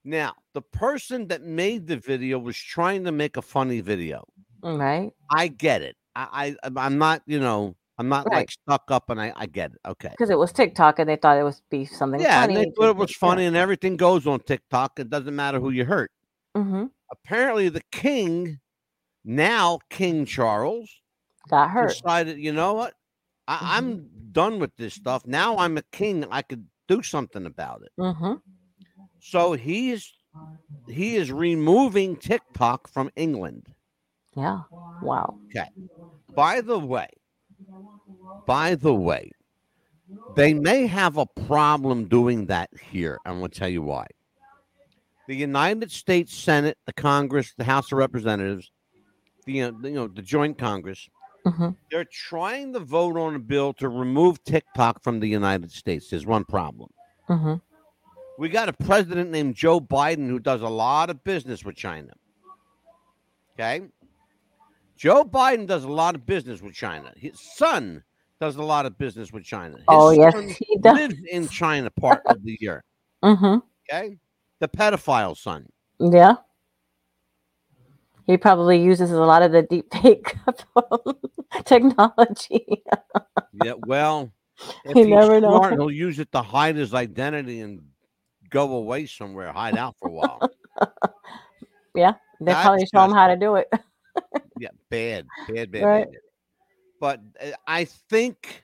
Now, the person that made the video was trying to make a funny video.
right.
I get it. I, I I'm not, you know, I'm not like
Right.
stuck up, and I I get it. Okay.
Because it was TikTok and they thought it was be something
Yeah,
funny.
and they thought it was funny, and everything goes on TikTok. It doesn't matter who you hurt.
Mm-hmm.
Apparently, the king, now King Charles,
Got hurt.
decided, you know what? I, I'm done with this stuff. Now I'm a king. I could do something about it.
Mm-hmm.
So he is he is removing TikTok from England.
Yeah. Wow.
By the way, by the way, they may have a problem doing that here. I'm going to tell you why. The United States Senate, the Congress, the House of Representatives, the uh, you know the Joint Congress,
Mm-hmm.
they're trying to vote on a bill to remove TikTok from the United States. There's one problem.
Mm-hmm.
We got a president named Joe Biden who does a lot of business with China. Okay. Joe Biden does a lot of business with China. His son does a lot of business with China. His
Oh
son
yes, he does.
lives in China part of the year.
Mm-hmm.
Okay. The pedophile son.
Yeah. He probably uses a lot of the deep fake technology.
Yeah. Well, if
You
he's
never know.
smart, he'll use it to hide his identity and go away somewhere, hide out for a while.
They
That's
probably show him how to do it.
Yeah, bad, bad, bad,
Right.
bad, bad. But uh, I think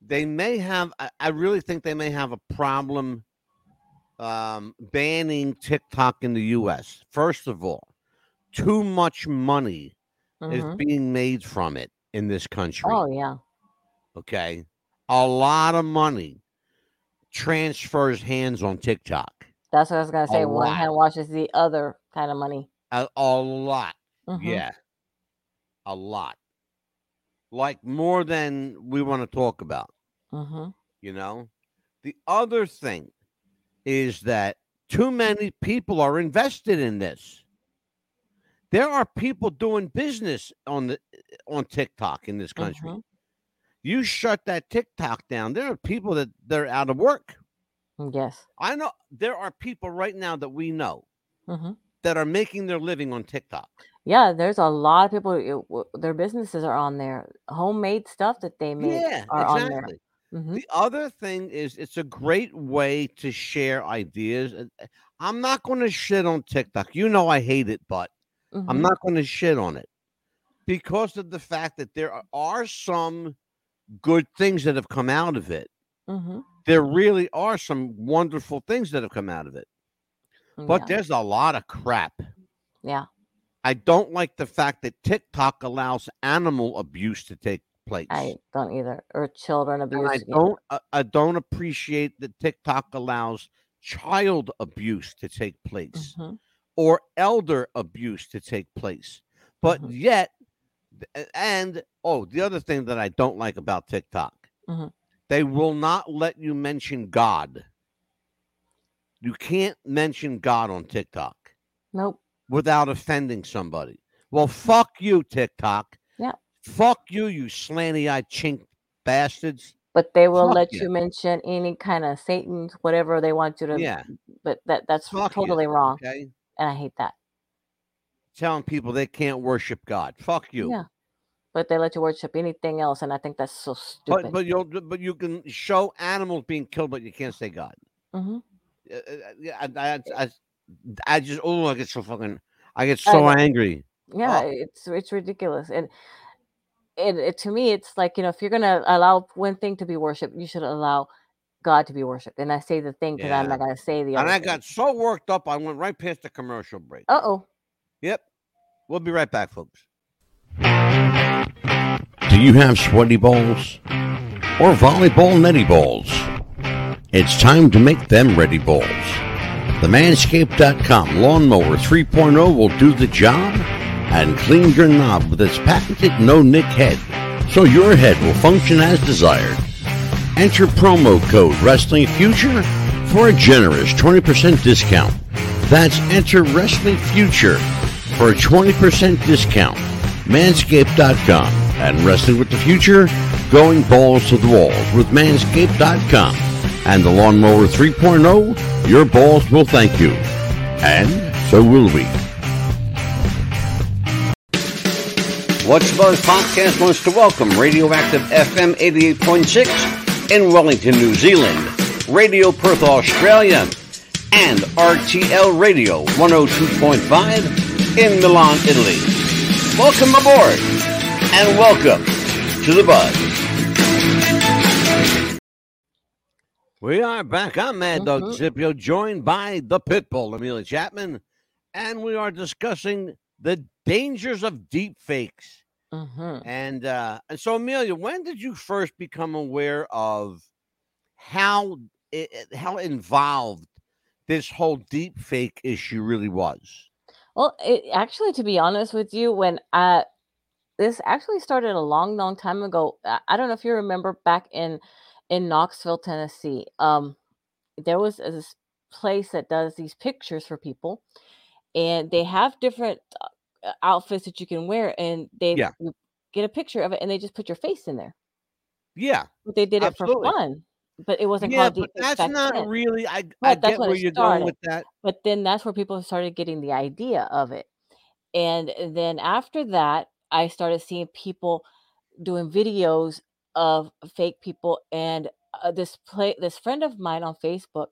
they may have. I, I really think they may have a problem um, banning TikTok in the U.S. First of all, too much money
Mhm.
is being made from it in this country.
Oh yeah.
Okay, a lot of money transfers hands on TikTok.
That's what I was gonna say. One
lot.
hand washes the other kind of money.
A, a lot.
Mhm.
Yeah. A lot. Like more than we want to talk about.
Mhm.
You know, the other thing is that too many people are invested in this. There are people doing business on the on TikTok in this country.
Mhm.
You shut that TikTok down, there are people that they're out of work.
Yes.
I know there are people right now that we know
Mm-hmm.
that are making their living on TikTok.
Yeah, there's a lot of people. it- w- Their businesses are on there. Homemade stuff that they make
Yeah,
are on there.
exactly.
hmm
The other thing is it's a great way to share ideas. and, uh, I'm not going to shit on TikTok. You know I hate it, but
Mm-hmm.
I'm not going to shit on it because of the fact that there are- are some good things that have come out of it.
hmm
There really are some wonderful things that have come out of it, but
yeah.
there's a lot of crap.
Yeah.
I don't like the fact that TikTok allows animal abuse to take place.
I don't either. Or children
and
abuse.
I
yeah.
don't I- I don't appreciate that TikTok allows child abuse to take place
Mhm.
or elder abuse to take place. But
Mhm.
yet th- a- and oh, the other thing that I don't like about TikTok.
Mhm.
They will not let you mention God. You can't mention God on TikTok
Nope.
without offending somebody. Well, fuck you, TikTok.
Yeah.
Fuck you, you slanty eyed chink bastards.
But they will
Fuck
let
yeah.
you mention any kind of Satan, whatever they want you to.
Yeah.
But that that's
Fuck you.
totally wrong,
Okay.
and I hate that.
Telling people they can't worship God. Fuck you.
Yeah. But they let you worship anything else, and I think that's so stupid.
but but you'll but you can show animals being killed, but you can't say God.
hmm
Uh, uh, yeah, I, I, I, I just oh I get so fucking I get
I
so
know.
angry.
Yeah,
Oh.
it's it's ridiculous, and it, it to me, it's like you know, if you're gonna allow one thing to be worshipped, you should allow God to be worshipped. And I say the thing because I'm
Yeah.
not gonna say the
And
other.
I got so worked up I went right past the commercial break.
Uh oh.
Yep. We'll be right back, folks. Do you have sweaty balls or volleyball netty balls? It's time to make them ready balls. The manscaped.com lawnmower 3.0 will do the job and clean your knob with its patented no nick head so your head will function as desired. Enter promo code Wrestling Future for a generous 20% discount. That's enter Wrestling Future for a 20% discount. Manscaped.com and Wrestling with the Future going balls to the walls with Manscaped.com and the Lawnmower 3.0. Your balls will thank you. And so will we. What's Buzz Podcast wants to welcome Radioactive FM 88.6 in Wellington, New Zealand, Radio Perth, Australia, and RTL Radio 102.5 in Milan, Italy. Welcome aboard and welcome to the Buzz. We are back. I'm Mad Dog
Mhm.
Zipio, joined by the Pitbull, Amelia Chapman, and we are discussing the dangers of deep fakes.
hmm
And uh, and so, Amelia, when did you first become aware of how i i- how involved this whole deep fake issue really was?
Well, it, actually, to be honest with you, when I this actually started a long, long time ago. I, I don't know if you remember back in in Knoxville, Tennessee. Um, there was this place that does these pictures for people, and they have different uh, uh, outfits that you can wear, and they
Yeah.
you get a picture of it, and they just put your face in there.
Yeah,
But they did it
Absolutely.
for fun, but it wasn't
yeah,
called
but
deepfake
that's
back
not
then.
really. I I
Right, that's
get
when
where
it
you're
started.
going with that.
But then that's where people started getting the idea of it. And then after that, I started seeing people doing videos of fake people. And uh, this play, this friend of mine on Facebook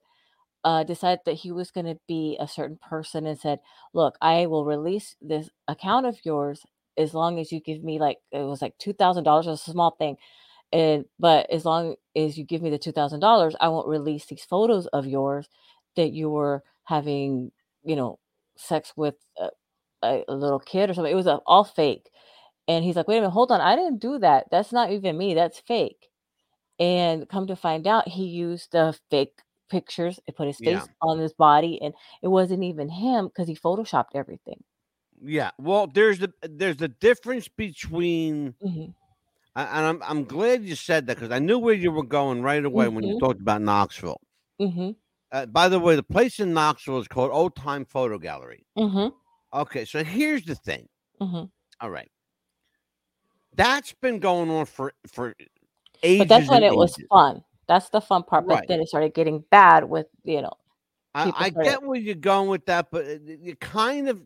uh, decided that he was going to be a certain person and said, "Look, I will release this account of yours as long as you give me like it was like two thousand dollars, a small thing." And but as long as you give me the two thousand dollars, I won't release these photos of yours that you were having, you know, sex with a, a, a little kid or something. It was uh all fake. And he's like, wait a minute, hold on. I didn't do that. That's not even me. That's fake. And come to find out, he used the fake pictures and put his face
Yeah.
on his body. And it wasn't even him because he photoshopped everything.
Yeah, well, there's the there's the difference between,
Mhm.
a- and I'm I'm glad you said that because I knew where you were going right away when you
Mhm.
talked about Knoxville.
Mhm.
Uh, by the way, the place in Knoxville is called Old Time Photo Gallery.
Mhm.
Okay, so here's the thing.
Mhm.
All right. That's been going on for for ages.
But that's when
and
it was
ages.
fun. That's the fun part. But
Right.
then it started getting bad with, you know,
I,
people
I
started-
get where you're going with that, but it- it- you kind of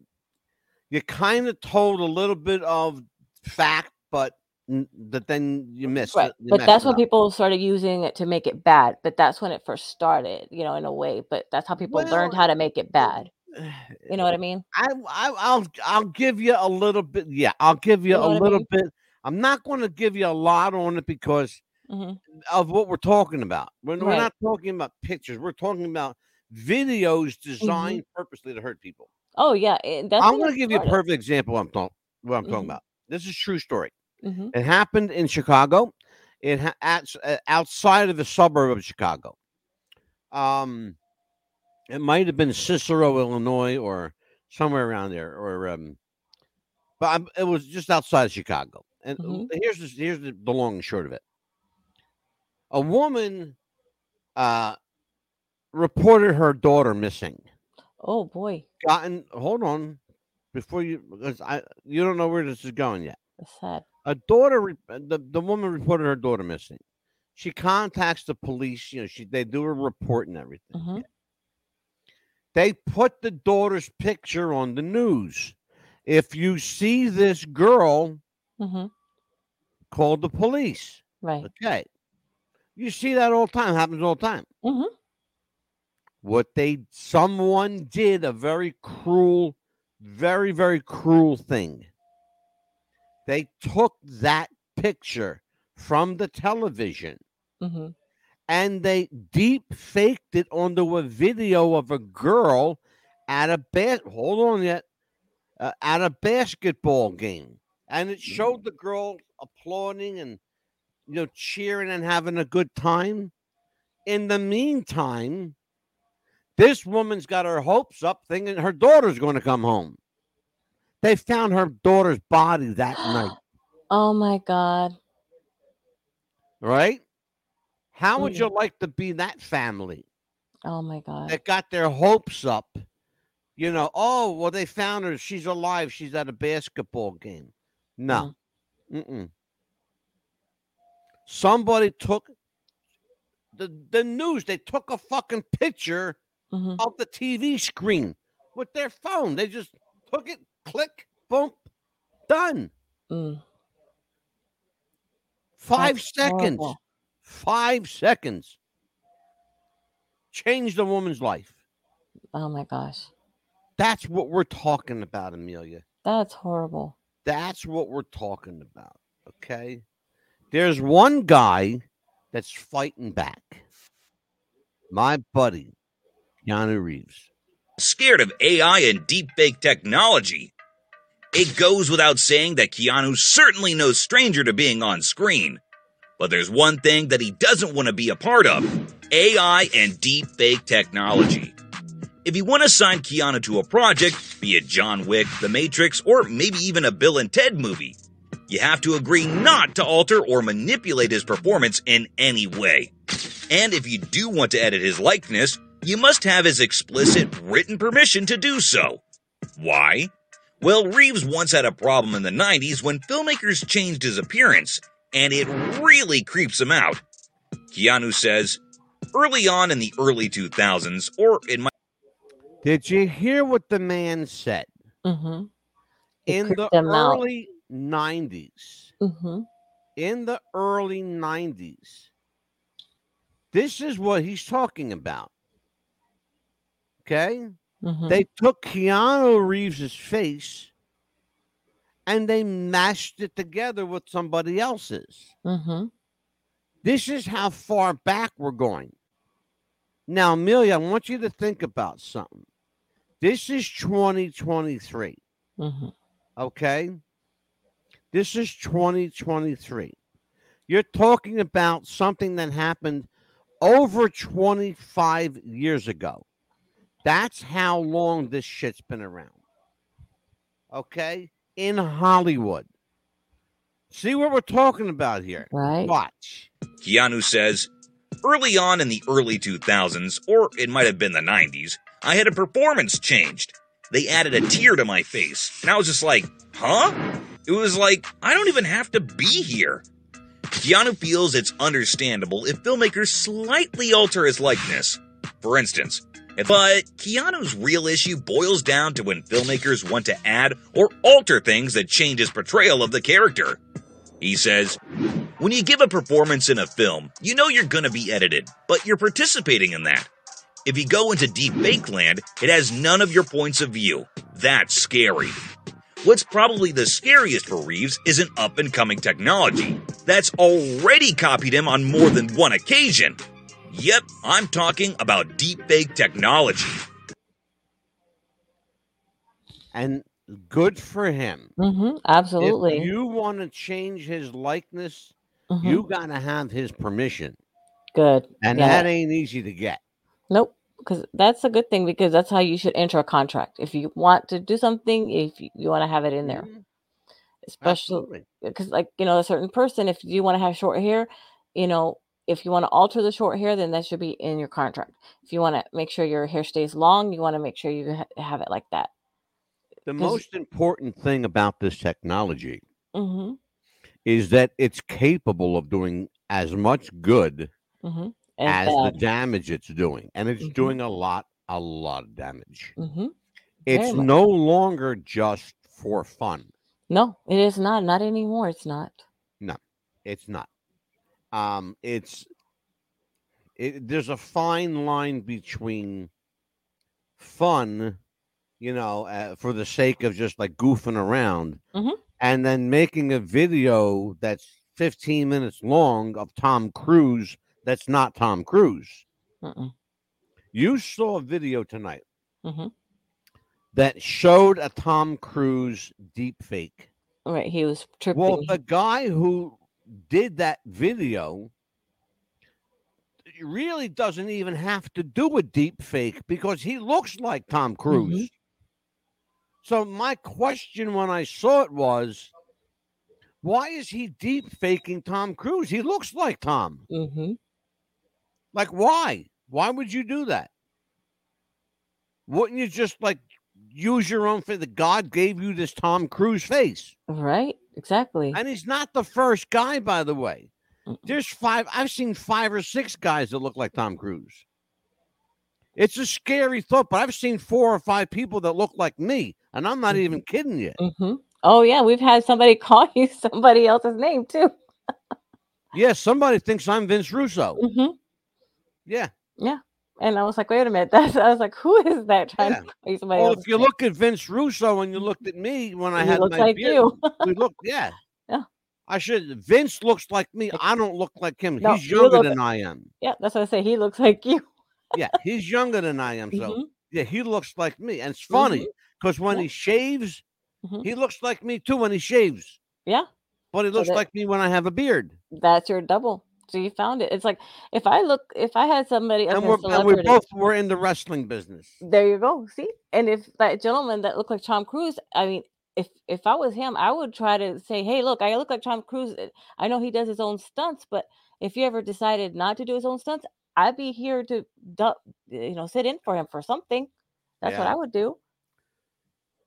you kind of told a little bit of fact, but n- but then you missed.
Right.
it- you
But
messed
that's
it
when
up.
people started using it to make it bad. But that's when it first started, you know, in a way. But that's how people learned
Well,
how to make it bad. You know what I mean?
I, I I'll I'll give you a little bit. Yeah, I'll give you,
know
a
what I
little
mean?
bit. I'm not going to give you a lot on it because
hmm
of what we're talking about. We're, we're
Right.
not talking about pictures. We're talking about videos designed purposely to hurt people.
Oh yeah, and Mm-hmm. that's
I'm going to give you a perfect example. What I'm talking. What I'm talking
Mhm.
about. This is true story.
hmm
It happened in Chicago. It ha- at, uh, outside of the suburb of Chicago. Um, it might have been Cicero, Illinois, or somewhere around there, or um, but I'm, it was just outside of Chicago. And uh,
Mhm.
here's the, here's the, the long and short of it. A woman uh, reported her daughter missing.
Oh boy,
Gotten hold on before you because I you don't know where this is going yet.
that's sad.
a daughter re- uh, the, the woman reported her daughter missing she contacts the police you know she they do a report and everything
Mhm.
they put the daughter's picture on the news if you see this girl
hmm
call the police
Right.
okay you see that all the time happens all the time
Mhm.
what they someone did a very cruel very very cruel thing they took that picture from the television
hmm
and they deep faked it onto a video of a girl at a bas- hold on yet uh, at a basketball game and it showed the girl applauding and you know cheering and having a good time in the meantime this woman's got her hopes up thinking her daughter's going to come home they found her daughter's body that night
Oh my god.
right How would you like to be that family?
Oh my god.
that got their hopes up. You know, oh well, they found her. She's alive. She's at a basketball game. No,
Mm-hmm.
Mm-mm. somebody took the the news. They took a fucking picture
Mhm.
of the TV screen with their phone. They just took it, click, bump, done.
Mm.
Five
That's
seconds.
horrible.
Five seconds. Changed a woman's life.
Oh my gosh.
That's what we're talking about, Amelia.
That's horrible.
That's what we're talking about. Okay. There's one guy that's fighting back. My buddy, Keanu Reeves.
Scared of AI and deepfake technology? It goes without saying that Keanu's certainly no stranger to being on screen. But there's one thing that he doesn't want to be a part of AI and deepfake technology. If you want to sign Keanu to a project, be it John Wick, The Matrix, or maybe even a Bill and Ted movie, you have to agree not to alter or manipulate his performance in any way. And if you do want to edit his likeness, you must have his explicit written permission to do so. Why? Well, Reeves once had a problem in the 90s when filmmakers changed his appearance, and it really creeps him out. Keanu says, early on in the early 2000s, or it might
Did you hear what the man said?
Mm-hmm. It
In the
creeped him out.
early 90s,
Mm-hmm.
in the early 90s, this is what he's talking about. Okay.
Mm-hmm.
They took Keanu Reeves's face and they mashed it together with somebody else's.
mm-hmm.
This is how far back we're going. Now, Amelia, I want you to think about something. This is 2023,
Mm-hmm.
okay? This is 2023. You're talking about something that happened over 25 years ago. That's how long this shit's been around. Okay? In Hollywood. See what we're talking about here.
Right.
Watch.
Keanu says, Early on in the early 2000s, or it might have been the 90s, I had a performance changed. They added a tear to my face, and I was just like, huh? It was like, I don't even have to be here. Keanu feels it's understandable if filmmakers slightly alter his likeness. For instance, if, but Keanu's real issue boils down to when filmmakers want to add or alter things that change his portrayal of the character. He says, when you give a performance in a film, you know you're going to be edited, but you're participating in that. If you go into deep fake land, it has none of your points of view. That's scary. What's probably the scariest for Reeves is an up and coming technology that's already copied him on more than one occasion. Yep, I'm talking about deep fake technology.
And good for him.
Mm-hmm. Absolutely.
If you want to change his likeness,
Mhm.
you got to have his permission.
Good.
And
Yeah.
that ain't easy to get.
Nope. Because that's a good thing because that's how you should enter a contract. If you want to do something, if you, you want to have it in there,
Mhm,
especially
Absolutely.
because, like, you know, a certain person, if you want to have short hair, you know, if you want to alter the short hair, then that should be in your contract. If you want to make sure your hair stays long, you want to make sure you ha- have it like that.
The
'Cause-
most important thing about this technology
Mm-hmm.
is that it's capable of doing as much good
Mm-hmm.
as
And
the damage it's doing. And it's
Mhm.
doing a lot, a lot of damage.
mm-hmm.
It's
much.
no longer just for fun.
No, it is not. Not anymore. It's not.
It's not. Um, it's it, there's a fine line between fun, you know, uh, for the sake of just like goofing around,
Mhm.
and then making a video that's 15 minutes long of Tom Cruise that's not Tom Cruise.
Mm-mm.
You saw a video tonight
Mhm.
that showed a Tom Cruise deep fake.
Right. He was tripping.
Well, the guy who did that video really doesn't even have to do a deep fake because he looks like Tom Cruise. So my question when I saw it was why is he deep faking Tom Cruise? He looks like Tom.
mm-hmm.
Like, why? Why would you do that? Wouldn't you just like use your own face? That God gave you this Tom Cruise face,
right? Exactly.
And he's not the first guy, by the way. There's five. I've seen five or six guys that look like Tom Cruise. It's a scary thought, but I've seen four or five people that look like me, and I'm not even kidding you.
Mm-hmm. Oh yeah, we've had somebody call you somebody else's name too.
Yeah, somebody thinks I'm Vince Russo.
Mm-hmm.
Yeah.
Yeah. And I was like, wait a minute. That's I was like, who is that trying
Yeah.
to call you somebody
Well,
else's
if you
name?
look at Vince Russo and you looked at me when I
You
had
look
my
like
beard,
you.
we looked, yeah.
Yeah.
I should. Vince looks like me. I don't look like him.
No,
he's
you
younger
look-
than I am.
Yeah, that's what I say. He looks like you.
Yeah, he's younger than I am. So
Mhm.
yeah, he looks like me, and it's funny because when
Mm-hmm. Yeah.
he shaves,
Mhm.
he looks like me too when he shaves.
Yeah.
But he
So
looks
that-
like me when I have a beard.
That's your double. So you found it. It's like if I look if I had somebody of
and
a
we're, and we
celebrity.
both were in the wrestling business.
There you go. See, and if that gentleman that looked like Tom Cruise, I mean, if if I was him, I would try to say, "Hey, look, I look like Tom Cruise. Uh, I know he does his own stunts, but if he ever decided not to do his own stunts, I'd be here to, du- you know, sit in for him for something. That's what
Yeah.
I would do.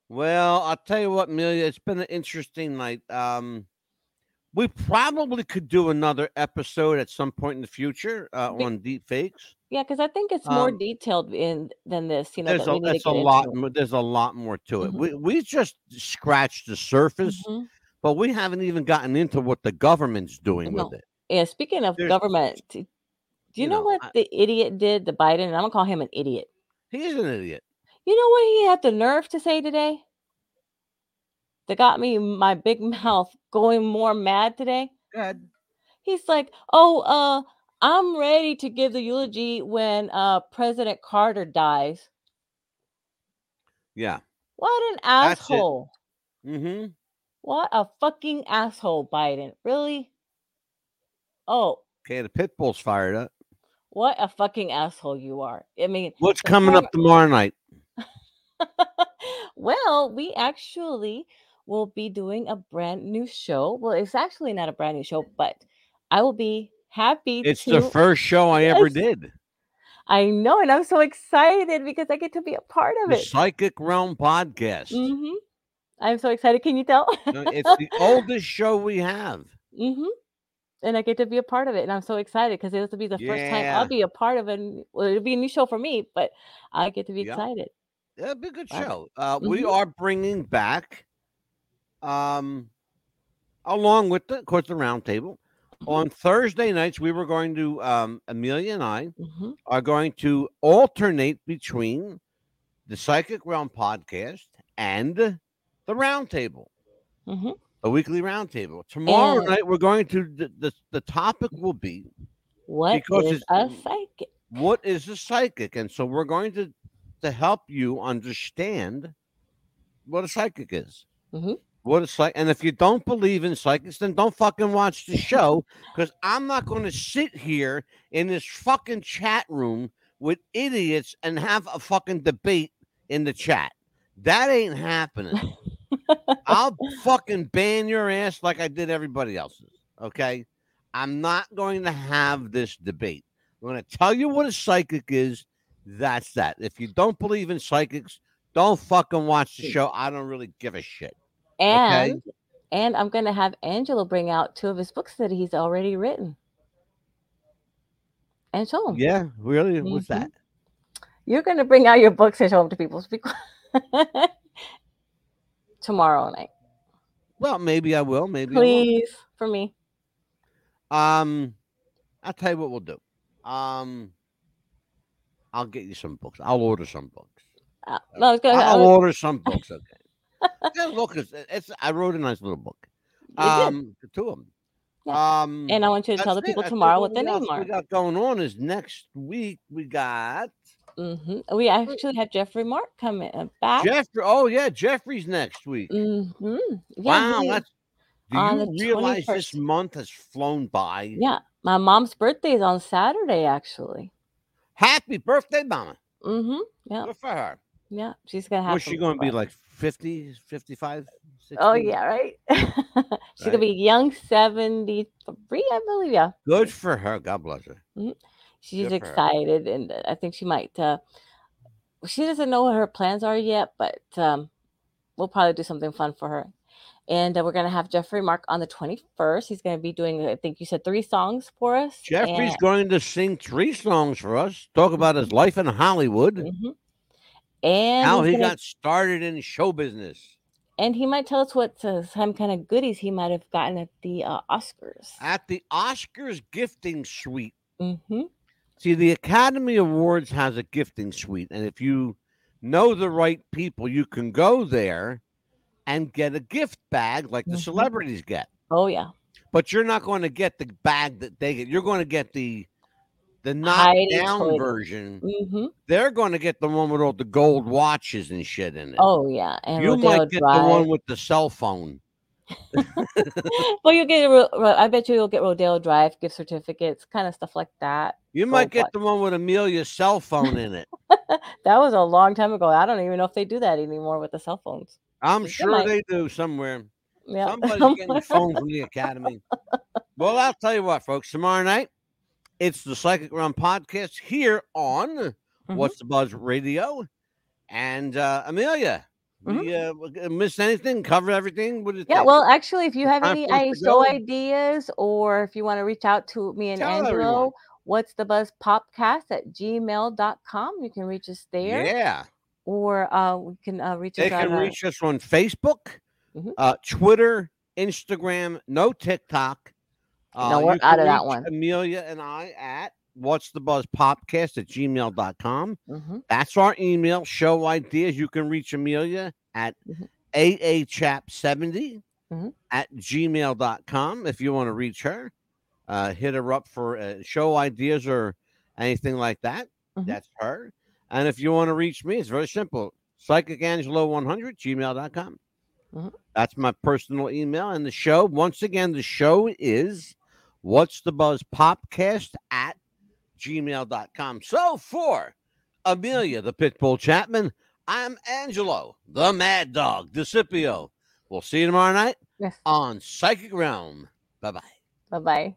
Well, I'll tell you what, Amelia, it's been an interesting night. Um, we probably could do another episode at some point in the future uh,
Be-
on deep fakes.
Yeah, because I think it's more
Um,
detailed in than this. You know,
There's
that
a,
we need to
it's a
get
lot.
into.
mo- There's a lot more to it.
Mhm.
We we just scratched the surface,
Mhm.
but we haven't even gotten into what the government's doing
No.
with it.
Yeah, speaking of
There's-
government, do you,
you
know,
know,
what
I-
the idiot did? The Biden, and I'm gonna call him an idiot.
He's an idiot.
You know what he had the nerve to say today? That got me my big mouth going more mad today.
Good.
He's like, "Oh, uh, I'm ready to give the eulogy when uh President Carter dies."
Yeah.
What an
That's it.
asshole!
Mm-hmm.
What a fucking asshole, Biden. Really? Oh,
Okay, the pit bull's fired up.
what a fucking asshole you are. I mean,
What's
the
coming
former-
up tomorrow night?
well, we actually will be doing a brand new show. Well, it's actually not a brand new show, but I will be happy
It's
to.
the first show I ever
Yes.
did.
I know, and I'm so excited because I get to be a part of
The
it.
Psychic Realm podcast.
hmm I'm so excited. Can you tell?
No, It's the oldest show we have.
hmm And I get to be a part of it, and I'm so excited because it'll be the first time I'll
Yeah.
be a part of it. and- Well, it'll be a new show for me, but I get to be
Yeah.
excited.
It'll be a good
Love it.
show. Uh, We
Mhm.
are bringing back, um, along with the, of course, the roundtable. On Thursday nights, we were going to um, Amelia and I
hmm
are going to alternate between the Psychic Realm podcast and the roundtable.
hmm
A weekly roundtable. Tomorrow
And-
night, we're going to the, the the topic will be
What is
Because it's-
a psychic?
what is a psychic and so we're going to to help you understand what a psychic is
Mhm.
what a psych and if you don't believe in psychics then don't fucking watch the show because i'm not going to sit here in this fucking chat room with idiots and have a fucking debate in the chat that ain't happening I'll fucking ban your ass like I did everybody else's. Okay. I'm not going to have this debate. I'm going to tell you what a psychic is. That's that. If you don't believe in psychics, don't fucking watch
Hmm.
the show. I don't really give a shit.
And and I'm gonna have Angelo bring out two of his books that he's already written. And show them.
Yeah. Really? What's
Mhm.
that?
You're gonna bring out your books and show them to people because tomorrow night.
Well, maybe I will. Maybe I won't.
Please for me.
Um, I'll tell you what we'll do. Um, I'll get you some books. I'll order some books.
Uh, no, it's gonna,
I'll
I was-
order some books. Okay. yeah, look, it's, it's, I wrote a nice little book.
you did.
Um, the two of them. Um,
and I want you to tell the
that's it.
people
I think
tomorrow
what
what their
we else
name are.
We got going on is next week. We got
hmm We actually have Jeffrey Mark coming uh, back.
Jeffrey. Oh yeah, Jeffrey's next week.
hmm Yeah,
wow,
he-
that's. Do
on
you
the
realize this
21st.
month has flown by?
yeah. My mom's birthday is on Saturday, actually.
Happy birthday, Mama.
Mm-hmm. Yeah.
Good for her.
Yeah, she's gonna have.
Was she
some
going to be
fun.
like 50, 55, 60?
Oh yeah, right. she's gonna
Right.
be young, seventy-three, I believe. Yeah,
Good for her. God bless her.
she's
Good for her.
excited, and I think she might. Uh, she doesn't know what her plans are yet, but um, we'll probably do something fun for her. And uh, we're gonna have Jeffrey Mark on the twenty first. He's gonna be doing, I think you said three songs for us.
Jeffrey's
and-
going to sing three songs for us. Talk about his life in Hollywood,
Mhm. and
how
he's
he
gonna-
got started in show business.
and he might tell us what uh, some kind of goodies he might have gotten at the uh, Oscars.
At the Oscars gifting suite.
Mm-hmm.
See, the Academy Awards has a gifting suite, and if you know the right people, you can go there and get a gift bag like the
Mhm.
celebrities get.
Oh yeah.
But you're not going to get the bag that they get. You're going to get the the
Highly
knockdown
coded.
version.
Mm-hmm.
They're going to get the one with all the gold watches and shit in it.
Oh yeah, and
you
Rodeo
might get
Drive.
the one with the cell phone.
well, you get. a Ro- Ro- I bet you you'll get Rodeo Drive gift certificates, kind of stuff like that.
You might
Gold
get the one with Amelia's cell phone in it.
That was a long time ago. I don't even know if they do that anymore with the cell phones.
I'm
They
sure
might.
they do somewhere.
Yeah.
Somebody's getting a phone from the academy. Well, I'll tell you what, folks. Tomorrow night, it's the Psychic Realm podcast here on
Mm-hmm.
What's the Buzz Radio. And uh, Amelia, we uh, w- uh, missed anything? Covered everything? What do you
Mm-hmm. Yeah,
think?
well, actually, if you have
Time
any
for us to
i- show
go.
ideas or if you want to reach out to me and
Tell
Angelo,
everyone.
what's the buzz popcast at gmail.com. You can reach us there.
yeah,
Or uh, we can uh, reach
they
us on
can
our-
reach us on Facebook,
Mhm.
uh, Twitter, Instagram, no TikTok. Uh,
No, we're
you
out
can
of that
reach
one.
Amelia and I at what's the buzz podcast at gmail.com.
Mhm.
That's our email. Show ideas. You can reach Amelia at
Mhm.
aachap70
Mhm.
at gmail.com if you want to reach her. Uh, hit her up for uh, show ideas or anything like that.
Mhm.
That's her. And if you want to reach me, it's very simple psychicangelo100 gmail.com.
Mhm.
That's my personal email. And the show, once again, the show is what's the buzz podcast at gmail.com. So for Amelia, the Pitbull Chapman, I'm Angelo, the Mad Dog, DeCipio. We'll see you tomorrow night
Yes.
on Psychic Realm. Bye bye.
Bye bye.